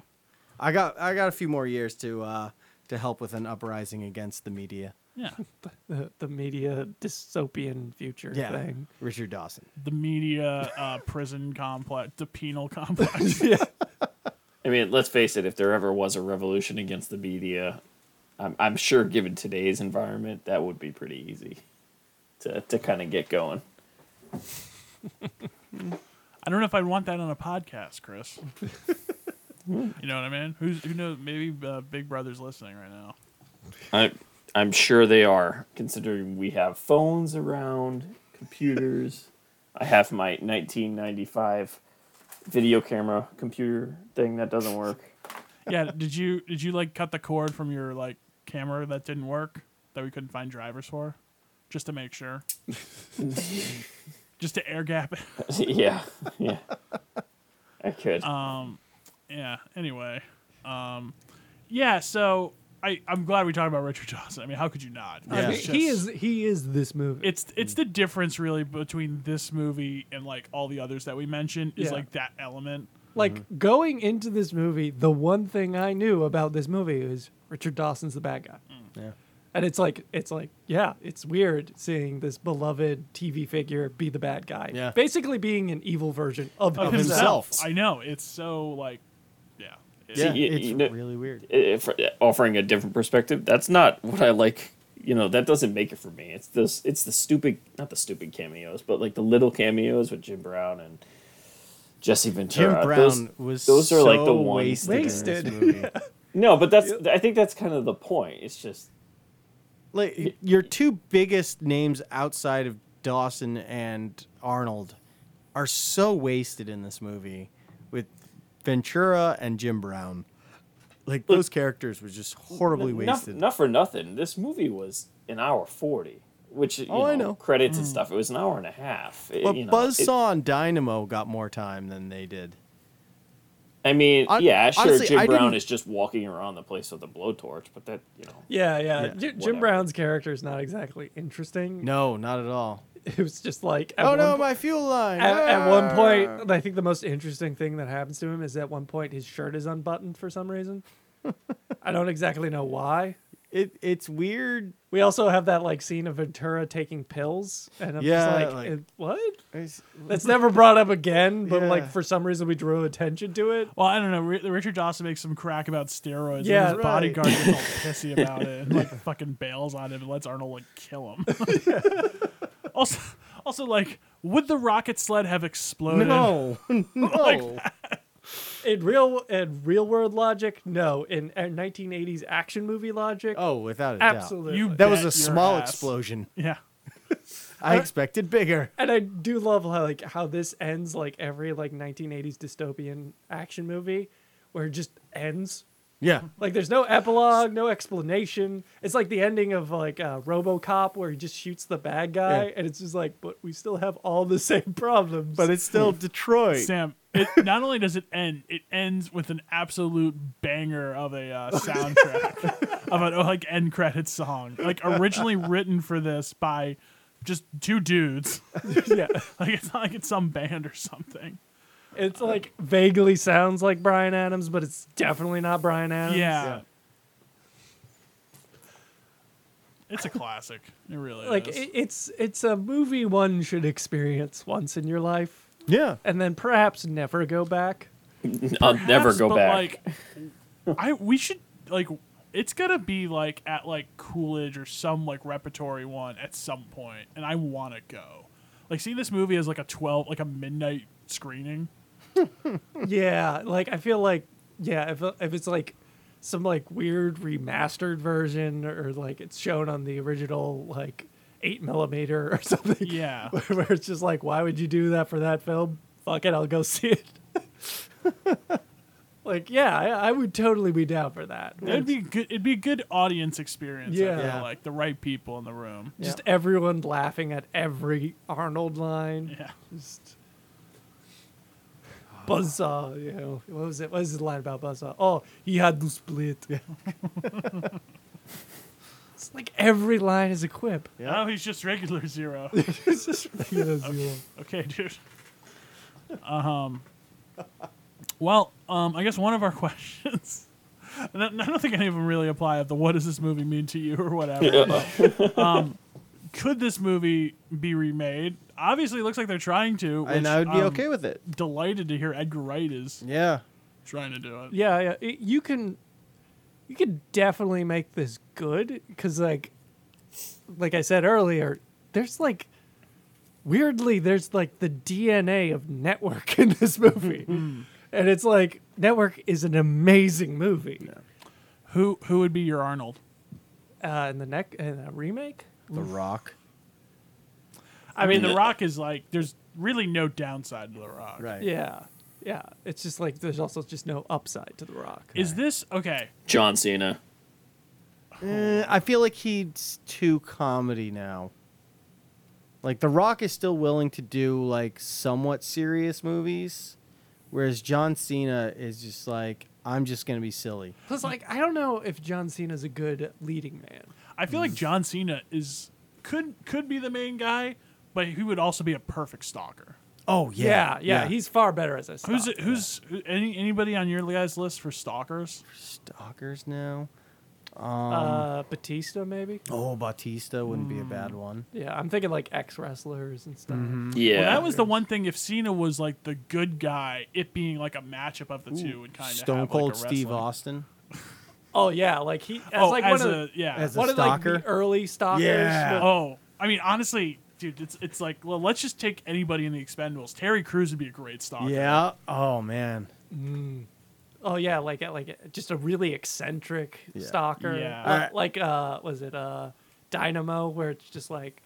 S5: I got I got a few more years to uh, to help with an uprising against the media.
S7: Yeah.
S6: The, the media dystopian future
S5: Yeah,
S6: thing.
S5: Richard Dawson.
S7: The media uh, prison complex, the penal complex.
S8: I mean, let's face it. If there ever was a revolution against the media, I'm, I'm sure, given today's environment, that would be pretty easy to to kind of get going.
S7: I don't know if I'd want that on a podcast, Chris. you know what I mean? Who's who knows? Maybe uh, Big Brother's listening right now.
S8: I'm I'm sure they are, considering we have phones around, computers. I have my 1995 video camera computer thing that doesn't work.
S7: Yeah. did you did you like cut the cord from your like camera that didn't work that we couldn't find drivers for, just to make sure, just to air gap it?
S8: yeah, yeah. I could.
S7: Yeah. Anyway, um, yeah. So I I'm glad we talked about Richard Johnson. I mean, how could you not?
S6: I mean,
S7: It's
S6: he
S7: just-
S6: is he is this movie.
S7: It's it's the difference really between this movie and like all the others that we mentioned is
S6: Yeah.
S7: like that element.
S6: like going into this movie, the one thing I knew about this movie is Richard Dawson's the bad guy.
S5: Yeah.
S6: And it's like it's like yeah, it's weird seeing this beloved TV figure be the bad guy.
S5: Yeah.
S6: Basically being an evil version of, himself.
S7: of
S5: himself.
S7: himself. I know it's so like, yeah, It-
S5: Yeah,
S8: See, you-
S5: it's
S8: you know-
S5: really weird.
S8: if eh, offering a different perspective, that's not what I like. You know, that doesn't make it for me. It's this. It's the stupid, not the stupid cameos, but like the little cameos with Jim Brown and Jesse
S5: Jim
S8: Ventura.
S5: Brown
S8: Those-
S5: was
S8: those are like the
S5: so
S8: ones-
S5: wasted. in this
S6: Wasted.
S5: movie.
S8: No, but that's. I think that's kind of the point. It's just
S5: like your two biggest names outside of Dawson and Arnold are so wasted in this movie with Ventura and Jim Brown. Like those characters were just horribly
S8: not,
S5: wasted.
S8: not for nothing. This movie was an hour forty, which you
S5: Oh, I know.
S8: credits and stuff. It was an hour and a half. It-
S5: But
S8: you know, it-
S5: Buzzsaw and Dynamo got more time than they did.
S8: I mean,
S5: Hon-
S8: yeah, sure.
S5: honestly,
S8: Jim
S5: I
S8: Brown
S5: didn't-
S8: is just walking around the place with a blowtorch, but that you know.
S6: Yeah, yeah. J- Jim
S8: whatever.
S6: Brown's character is not exactly interesting.
S5: No, not at all.
S6: It was just like at
S5: oh
S6: one
S5: no,
S6: po-
S5: my fuel line.
S6: at, at one
S5: Ah!
S6: point, I think the most interesting thing that happens to him is at one point his shirt is unbuttoned for some reason. I don't exactly know why.
S5: it it's weird.
S6: We also have that like scene of Ventura taking pills, and I'm
S5: Yeah,
S6: just like,
S5: like-
S6: "Eh, what?
S5: It's-
S6: That's never brought up again. But
S5: Yeah.
S6: like for some reason, we drew attention to it.
S7: Well, I don't know. Ri- Richard Dawson makes some crack about steroids.
S6: Yeah,
S7: and his
S6: right.
S7: bodyguard gets all pissy about it and like fucking bails on him and lets Arnold like kill him. also, also like, would the rocket sled have exploded?
S5: No, no.
S6: In real in real world logic, no. In, in 1980s action movie logic,
S5: oh, without a
S6: absolutely.
S7: You
S5: doubt. That was a
S7: bet your
S5: small
S7: ass.
S5: explosion.
S7: Yeah,
S5: I expected bigger.
S6: and I do love how like how this ends like every like 1980s dystopian action movie where it just ends
S5: Yeah.
S6: Like there's no epilogue, no explanation. It's like the ending of like uh, RoboCop where he just shoots the bad guy,
S5: Yeah.
S6: and it's just like, but we still have all the same problems.
S5: But it's still Detroit.
S7: Sam, it, not only does it end, it ends with an absolute banger of a uh, soundtrack of an uh, like end credit song, like originally written for this by just two dudes.
S6: yeah,
S7: Like it's not like it's some band or something.
S6: it's like vaguely sounds like Brian Adams, but it's definitely not Brian Adams.
S7: yeah. It's a classic. It really
S6: like
S7: is.
S6: it, it's it's a movie one should experience once in your life,
S5: Yeah.
S6: and then perhaps never go back.
S8: I'll never
S7: Perhaps,
S8: go
S7: but,
S8: back.
S7: Like, I we should like it's gonna be like at like Coolidge or some like repertory one at some point, and I want to go. Like seeing this movie as like a twelve, like a midnight screening.
S6: Yeah, like I feel like yeah, if if it's like some like weird remastered version or like it's shown on the original like eight millimeter or something.
S7: Yeah,
S6: Where it's just like, why would you do that for that film? Fuck it, I'll go see it. like, yeah, I, I would totally be down for that.
S7: that'd be good. It'd be a good audience experience. I
S6: Yeah.
S7: feel
S5: Yeah.
S7: like the right people in the room.
S6: just everyone laughing at every Arnold line.
S7: Yeah,
S6: Just Buzzsaw, you know. What was it? What was his line about Buzzsaw? Oh, he had to split. it's like every line is a quip.
S7: now Oh, he's just regular zero.
S6: It's just ridiculous.
S7: Okay, dude. Um, well, um, I guess one of our questions, and I I don't think any of them really apply of the what does this movie mean to you or whatever. um, could this movie be remade? Obviously, it looks like they're trying to. Which,
S5: and I would be
S7: I'm
S5: okay with it.
S7: Delighted to hear Edgar Wright is
S5: Yeah.
S7: trying to do it.
S6: Yeah, yeah. It, you can, you can definitely make this good because, like, like I said earlier, there's like, weirdly, there's like the DNA of Network in this movie, and it's like Network is an amazing movie.
S7: Who who would be your Arnold?
S6: uh, in the neck in a remake.
S5: The Rock.
S7: I mean, The
S8: Yeah.
S7: Rock is like there's really no downside to The Rock.
S5: Right.
S6: Yeah, yeah. It's just like there's also just no upside to the Rock.
S7: Is this okay?
S8: John Cena.
S5: Eh, I feel like he's too comedy now. Like The Rock is still willing to do like somewhat serious movies, whereas John Cena is just like I'm just gonna be silly.
S6: Plus, like I don't know if John Cena's a good leading man.
S7: I feel like
S5: Mm.
S7: John Cena is could could be the main guy, but he would also be a perfect stalker.
S5: Oh
S6: Yeah, yeah. He's far better as a. Stop.
S7: Who's who's who- any anybody on your guys list for stalkers?
S5: stalkers now.
S6: uh, Batista? Maybe.
S5: Oh, Batista wouldn't be a bad one.
S6: Yeah, I'm thinking like ex wrestlers and stuff.
S8: Yeah.
S7: Well, that was the one thing. If Cena was like the good guy, it being like a matchup of the two would kind of
S5: Stone
S7: have,
S5: Cold
S7: like, a
S5: Steve
S7: wrestling-
S5: Austin.
S6: Oh yeah, like he. That's
S7: Oh,
S6: like
S7: as
S6: one
S7: a
S6: of the,
S7: yeah.
S5: As a
S6: one of like the
S5: stalker?
S6: early stalkers.
S5: Yeah.
S6: but-
S7: oh, I mean, honestly, dude, it's it's like well, let's just take anybody in the Expendables. Terry Crews would be a great stalker.
S5: Yeah. Oh man.
S6: Oh yeah, like like just a really eccentric
S5: Yeah.
S6: stalker.
S7: Yeah.
S6: Uh,
S5: Alright.
S6: Like uh was it uh Dynamo where it's just like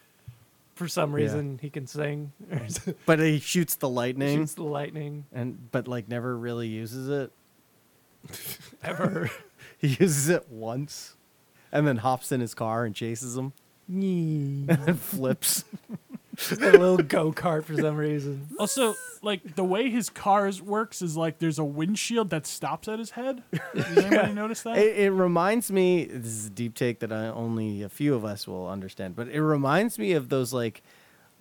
S6: for some
S5: Yeah.
S6: reason he can sing or
S5: But he shoots the lightning
S6: shoots the lightning
S5: and but like never really uses it.
S6: ever.
S5: He uses it once and then hops in his car and chases him
S6: just
S5: and flips.
S6: a little go-kart for some reason.
S7: Also, like the way his cars works is like there's a windshield that stops at his head. Does anybody notice that?
S5: It, it reminds me. This is a deep take that I, only a few of us will understand, but it reminds me of those like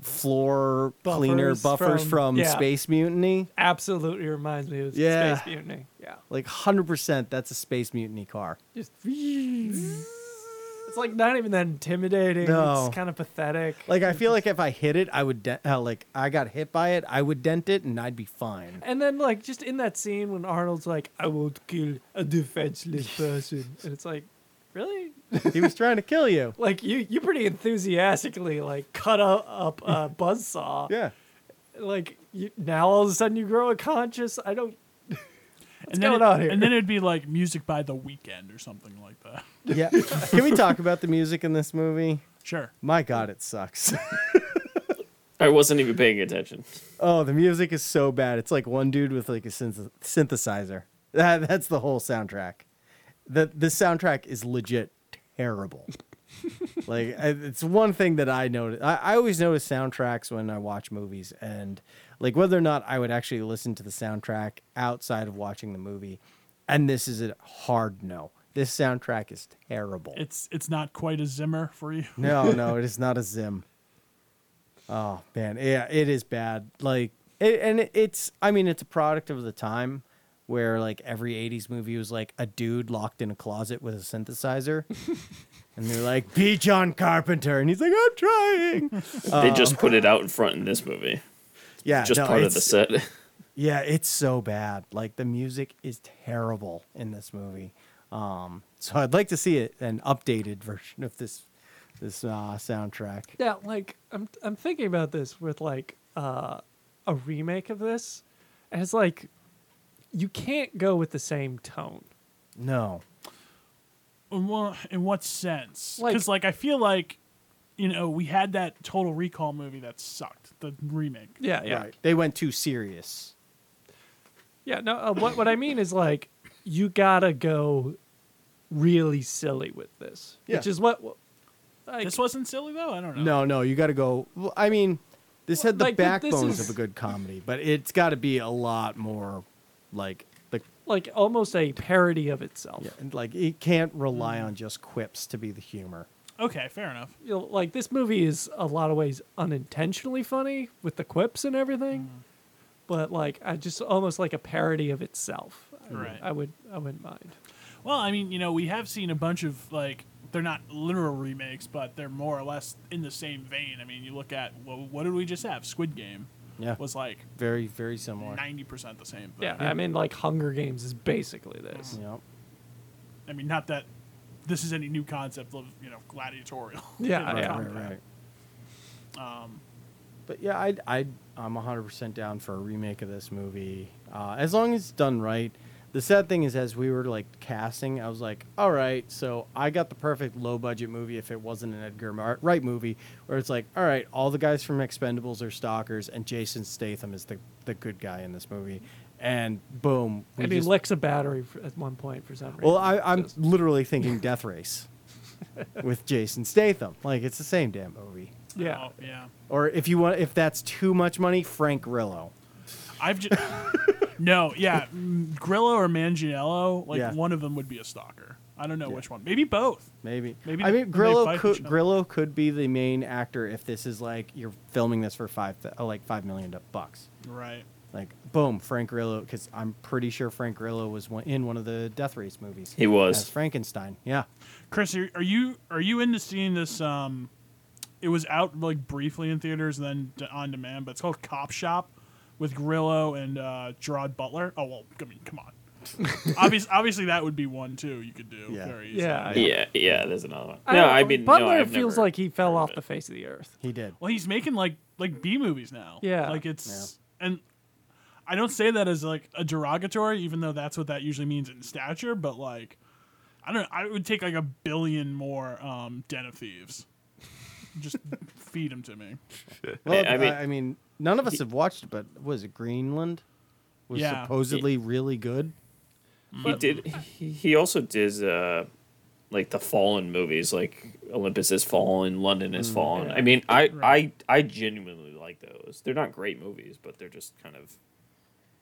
S5: floor cleaner
S6: Buffers
S5: buffers
S6: from-
S5: from,
S6: yeah.
S5: Space Mutiny.
S6: Absolutely reminds me of
S5: Yeah.
S6: Space Mutiny. Yeah.
S5: Like hundred percent, that's a Space Mutiny car.
S6: Just It's like not even that intimidating.
S5: No.
S6: It's kind of pathetic.
S5: Like I feel like if I hit it, I would dent. Uh, like I got hit by it, I would dent it, and I'd be fine.
S6: And then, like, just in that scene when Arnold's like, I won't kill a defenseless person. And it's like, really?
S5: he was trying to kill you.
S6: Like, you, you pretty enthusiastically, like, cut up, up a buzzsaw.
S5: Yeah.
S6: Like, you, now all of a sudden you grow a conscience. I don't.
S7: and then
S6: going
S7: it-
S6: on here?
S7: And then it'd be like music by the weekend or something like that.
S5: Yeah. Can we talk about the music in this movie?
S7: Sure.
S5: My God, it sucks.
S8: I wasn't even paying attention.
S5: Oh, the music is so bad. It's like one dude with like a synth- synthesizer. That, that's the whole soundtrack. the the soundtrack is legit terrible. like I- it's one thing that I notice. I, I always notice soundtracks when I watch movies, and like whether or not I would actually listen to the soundtrack outside of watching the movie. And this is a hard no. This soundtrack is terrible.
S7: It's it's not quite a Zimmer for you.
S5: No, no, it is not a Zim. Oh man, yeah, it is bad. Like, it, and it- it's, I mean, it's a product of the time where like every '80s movie was like a dude locked in a closet with a synthesizer, and they're like, "Be John Carpenter," and he's like, "I'm trying."
S9: they just put it out in front in this movie.
S5: Yeah,
S9: Just
S5: no,
S9: part of
S5: it's-
S9: the set.
S5: Yeah, it's so bad. Like the music is terrible in this movie. Um, so I'd like to see it, an updated version of this this uh, soundtrack.
S6: Yeah, like I'm I'm thinking about this with like uh, a remake of this, and it's like you can't go with the same tone.
S5: No.
S7: In what, in what sense?
S6: Like-
S7: Because like, I feel like, you know, we had that Total Recall movie that sucked. The remake.
S6: Yeah, yeah,
S5: Right. They went too serious.
S6: yeah. No, uh, what what I mean is like you gotta go really silly with this, which
S5: Yeah.
S6: is what like,
S7: This wasn't silly though. I don't know.
S5: No, no, you got to go. well, I mean, this had the
S6: Like, th- this
S5: backbones
S6: is-
S5: of a good comedy, but it's got to be a lot more like the
S6: like almost a parody of itself.
S5: like it can't
S6: Hmm.
S5: rely on just quips to be the humor.
S7: Okay, fair enough.
S6: you know, like this movie is a lot of ways unintentionally funny with the quips and everything,
S5: Mm-hmm.
S6: but like I just almost like a parody of itself. I would-
S7: Right.
S6: I would I wouldn't mind.
S7: Well, I mean, you know, we have seen a bunch of like they're not literal remakes, but they're more or less in the same vein. I mean, you look at well, what did we just have? Squid Game
S5: Yeah,
S7: was like
S5: very very similar.
S7: ninety percent the same thing.
S6: Yeah, I mean like Hunger Games is basically this.
S5: Yeah.
S7: I mean, not that this is any new concept of you know gladiatorial.
S6: Yeah,
S7: in
S6: yeah.
S7: combat.
S5: Right, right. Um,
S6: Um,
S5: but yeah, I I I'm 100% down for a remake of this movie. Uh, as long as it's done right. The sad thing is as we were like casting, I was like, "All right, so I got the perfect low budget movie if it wasn't an Edgar Mar- Wright movie where it's like, all right, all the guys from Expendables are stalkers and Jason Statham is the the good guy in this movie." And boom, we
S6: and he
S5: just-
S6: licks a battery f at one point for some reason.
S5: well, I, I'm
S6: Just-
S5: literally thinking Death Race with Jason Statham. Like it's the same damn movie.
S6: yeah,
S7: Oh, yeah.
S5: Or if you want, if that's too much money, Frank Grillo.
S7: I've just no, yeah, mm, Grillo or Manganiello, like
S5: Yeah.
S7: one of them would be a stalker. I don't know which one. Maybe both.
S5: Maybe.
S7: Maybe
S5: I
S7: they-
S5: mean,
S7: they
S5: Grillo
S7: fight each
S5: could
S7: other.
S5: Grillo could be the main actor if this is like you're filming this for five, th- oh, like five million bucks.
S7: Right.
S5: Like boom, Frank Grillo, because I'm pretty sure Frank Grillo was one, in one of the Death Race movies.
S9: He was.
S5: as Frankenstein. Yeah.
S7: Chris, are, are you are you into seeing this? Um, it was out like briefly in theaters, and then d- on demand. But it's called Cop Shop with Grillo and uh, Gerard Butler. Oh well, I mean, come on. obviously, obviously that would be one too. You could do
S5: Yeah.
S7: very easily.
S6: yeah. I-
S9: yeah, yeah. There's another one.
S6: I
S9: No,
S6: don't
S9: I
S6: know,
S9: mean,
S6: Butler
S9: no, I've
S6: feels
S9: never
S6: like he fell
S9: heard of
S6: off
S9: it.
S6: the face of the earth.
S5: He did.
S7: Well, he's making like like B movies now.
S6: Yeah.
S7: like it's and I don't say that as like a derogatory, even though that's what that usually means in stature. But like, I don't. know. I would take like a billion more um, den of thieves. Just feed them to me.
S5: Well,
S9: I
S5: I
S9: mean-
S5: mean, I, mean, none of us have watched it, but was it Greenland? Was
S7: Yeah.
S5: supposedly really good.
S9: He did. He, he also did uh, like the Fallen movies, like Olympus has fallen, London has fallen. I mean, I, I I genuinely like those. They're not great movies, but they're just kind of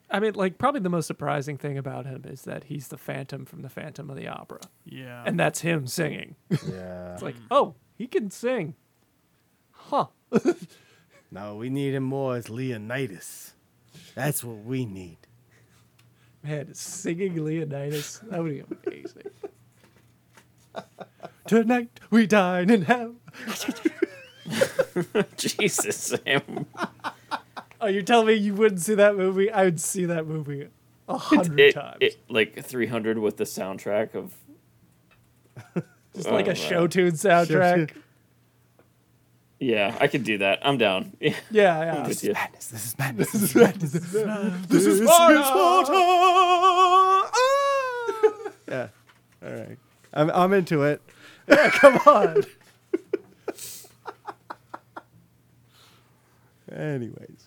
S6: I mean, like probably the most surprising thing about him is that he's the Phantom from the Phantom of the Opera,
S7: Yeah.
S6: and that's him singing.
S5: Yeah.
S6: It's like, oh, he can sing. Huh.
S5: No, we need him more as Leonidas. That's what we need.
S6: Man, singing Leonidas, that would be amazing. Tonight we dine in hell.
S9: Jesus. Sam.
S6: Oh, you're telling me you wouldn't see that movie? I would see that movie a hundred
S9: It,
S6: times.
S9: it like 300 with the soundtrack of
S6: Just like
S9: Oh,
S6: a show tune soundtrack.
S9: yeah, I could do that. I'm down. Yeah,
S6: yeah, yeah.
S9: with you.
S5: This is madness. This is
S6: Ah!
S5: madness. yeah. All right. I'm, I'm into it.
S6: Come on.
S5: Anyways.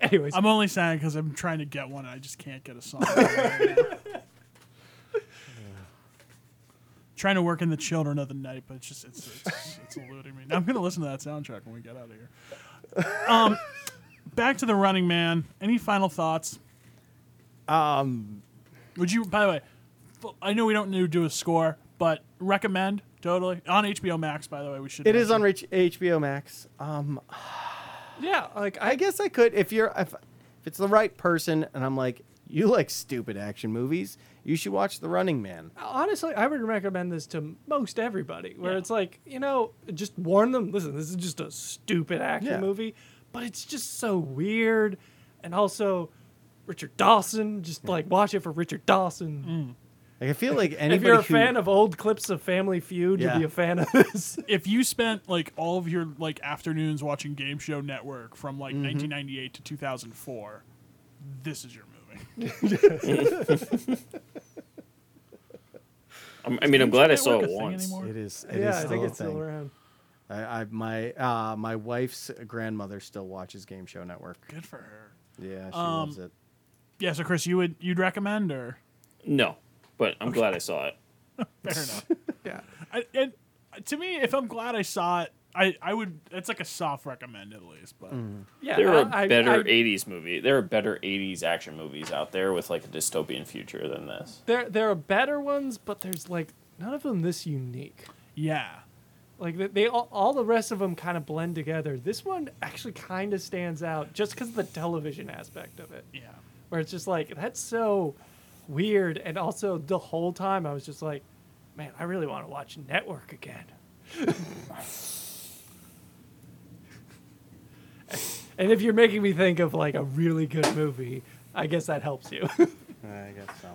S6: Anyways,
S7: I'm only saying because I'm trying to get one and I just can't get a song. trying to work in the children of the night, but it's just it's it's, it's eluding me. I'm gonna listen to that soundtrack when we get out of here. Um, back to the Running Man. Any final thoughts? Um, would you? By the way, f- I know we don't need to do a score, but recommend totally on HBO Max. By the way, we should.
S5: It is on
S7: mention.
S5: H- HBO Max. Um,
S6: Yeah, like I
S5: I guess I could if you're if, if it's the right person, and I'm like, you like stupid action movies, you should watch The Running Man.
S6: honestly, I would recommend this to most everybody. Where it's like, you know, just warn them. Listen, this is just a stupid action
S5: Yeah.
S6: movie, but it's just so weird, and also Richard Dawson. Just like watch it for Richard Dawson.
S9: Mm.
S5: Like I feel like anybody
S6: if you're a
S5: who-
S6: fan of old clips of Family Feud,
S5: Yeah.
S6: you'll be a fan of this.
S7: If you spent like all of your like afternoons watching Game Show Network from like
S5: Mm-hmm.
S7: 1998 to 2004, this is your movie.
S9: I'm, I mean, I'm glad I
S7: Network
S9: saw
S7: a
S9: it
S7: thing
S9: once.
S7: anymore?
S5: it is, it is
S6: yeah, I
S5: still
S6: think
S5: a
S6: it's still
S5: thing.
S6: around.
S5: I, I my uh, my wife's grandmother still watches Game Show Network.
S7: Good for her.
S5: Yeah, she
S7: Um,
S5: loves it.
S7: Yeah, so Chris, you would you'd recommend or
S9: No, but I'm glad I saw it.
S7: fair enough.
S6: Yeah.
S7: I, and uh, to me, if I'm glad I saw it, I, I would. It's like a soft recommend at least, but
S5: Mm-hmm.
S6: Yeah,
S9: There are
S6: I- I-
S9: better
S6: I-
S9: '80s movie. There are better '80s action movies out there with like a dystopian future than this.
S6: there there are better ones, but there's like none of them this unique.
S7: yeah,
S6: Like they, they all, all the rest of them kind of blend together. This one actually kind of stands out just because of the television aspect of it,
S7: yeah.
S6: where it's just like that's so weird. And also the whole time I was just like, man, I really want to watch Network again. and if you're making me think of like a really good movie, I guess that helps you.
S5: I guess so.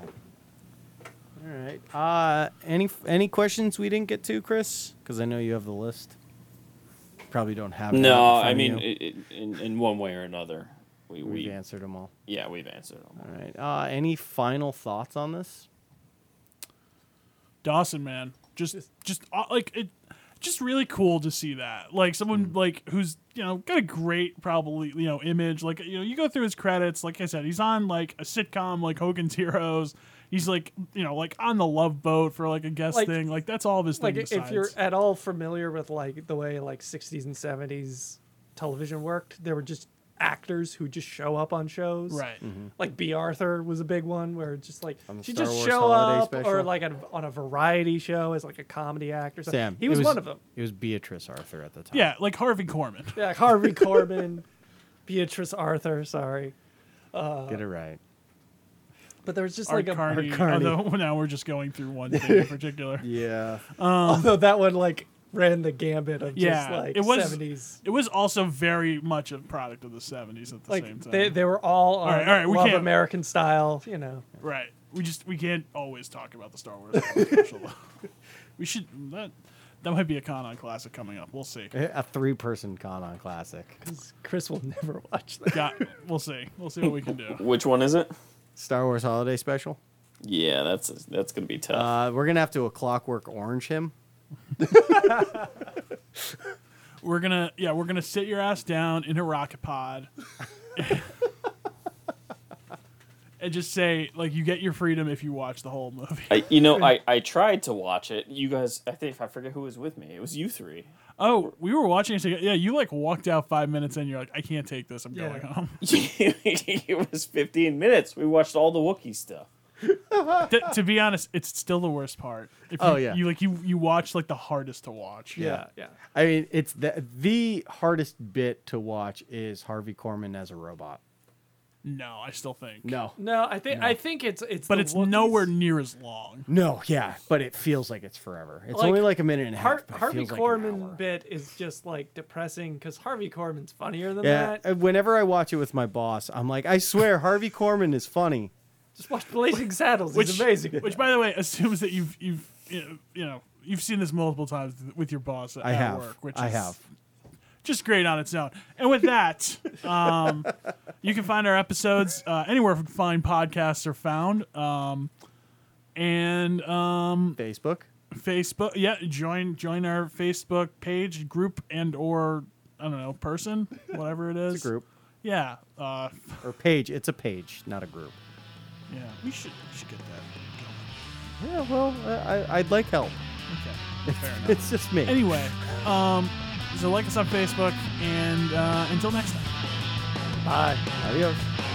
S5: All right. Uh, any any questions we didn't get to, Chris? Because I know you have the list. Probably don't have. it
S9: No,
S5: in front
S9: I
S5: of
S9: mean,
S5: you.
S9: it, it, in, in one way or another, we,
S5: we've
S9: we
S5: answered them all.
S9: yeah we've answered them.
S5: All right. Uh, any final thoughts on this?
S7: Dawson, man, just just uh, like it, just really cool to see that. Like
S6: Mm.
S7: someone like who's you know got a great probably you know image. Like you know you go through his credits. Like I said, he's on like a sitcom like Hogan's Heroes. He's like you know like on the Love Boat for like a guest
S6: Like-
S7: thing. Like that's all of his
S6: like
S7: thing.
S6: if you're
S7: besides-
S6: at all familiar with like the way like 60s and 70s television worked there were just actors who just show up on shows
S7: right.
S6: like b arthur was a big one where it's just like
S5: Mm-hmm. On the
S6: she
S5: Star
S6: just
S5: Wars
S6: show
S5: holiday
S6: up or
S5: special?
S6: like a, on a variety show as like a comedy actor so
S5: Sam.
S6: he
S5: it
S6: was, one of them
S5: It was Beatrice Arthur at the time.
S7: Yeah, like Harvey Korman.
S6: yeah harvey corbin beatrice arthur sorry
S5: Get it right.
S6: but there was just
S7: Art
S6: like a
S7: Carney.
S5: Art Carney.
S7: Although now we're just going through one thing in particular.
S5: Yeah.
S6: although that one like ran the gambit of just
S7: Yeah,
S6: like
S7: it was-
S6: 70s
S7: It was also very much a product of the '70s at the same
S6: like
S7: time.
S6: they, they were all, on
S7: right, all right, we
S6: love
S7: can't-
S6: american style you know
S7: right. We just we can't always talk about the Star Wars holiday special. though. we should that that might be a con on classic coming up. We'll see.
S5: A three-person con on classic.
S6: Chris will never watch that.
S7: Got, we'll see. We'll see what we can do.
S9: Which one is it?
S5: Star Wars Holiday Special.
S9: Yeah, that's that's gonna be tough.
S5: Uh, we're gonna have to a Clockwork Orange him.
S7: We're gonna yeah we're gonna sit your ass down in a rocket pod. And just say like you get your freedom if you watch the whole movie.
S9: I, you know, I, I tried to watch it. You guys, I think I forget who was with me. It was you three.
S7: Oh, we were watching it together. Yeah, you like walked out five minutes and you're like, I can't take this. I'm
S6: Yeah.
S7: going home.
S9: it was 15 minutes. We watched all the Wookiee stuff.
S7: Th- to be honest, it's still the worst part. If you,
S5: Oh, yeah.
S7: you like you you watch like the hardest to watch.
S6: yeah.
S5: I mean, it's the the hardest bit to watch is Harvey Korman as a robot.
S7: No, I still think
S5: No,
S6: No, I think I think it's it's.
S7: but
S6: the
S7: it's
S6: Wookiees.
S7: nowhere near as long.
S5: no, yeah, but it feels like it's forever. It's
S6: Like,
S5: only like a minute and a half.
S6: Har-
S5: but it
S6: Harvey
S5: feels like an
S6: Korman
S5: hour.
S6: bit is just like depressing because Harvey Korman's funnier than
S5: Yeah,
S6: that.
S5: uh, whenever I watch it with my boss, I'm like, I swear, Harvey Korman is funny.
S6: Just watch Blazing Saddles.
S7: Which
S6: it's amazing.
S7: Which, by the way, assumes that you've you've you know, you know you've seen this multiple times with your boss at,
S5: I
S7: at
S5: have,
S7: work, which
S5: I
S7: is
S5: have.
S7: just great on its own. And with that, um, you can find our episodes uh, anywhere fine podcasts are found. Um, and um,
S5: Facebook.
S7: Facebook. Yeah, join join our Facebook page, group, and or I don't know, person, whatever it is.
S5: It's a group
S7: Yeah. Uh,
S5: or page. It's a page, not a group.
S7: yeah. We should we should get that. going.
S5: Yeah, well, I, I- I'd like help.
S7: Fair enough.
S5: It's just me.
S7: Anyway, um, so like us on Facebook, and uh, until next time.
S6: Bye.
S5: Adios.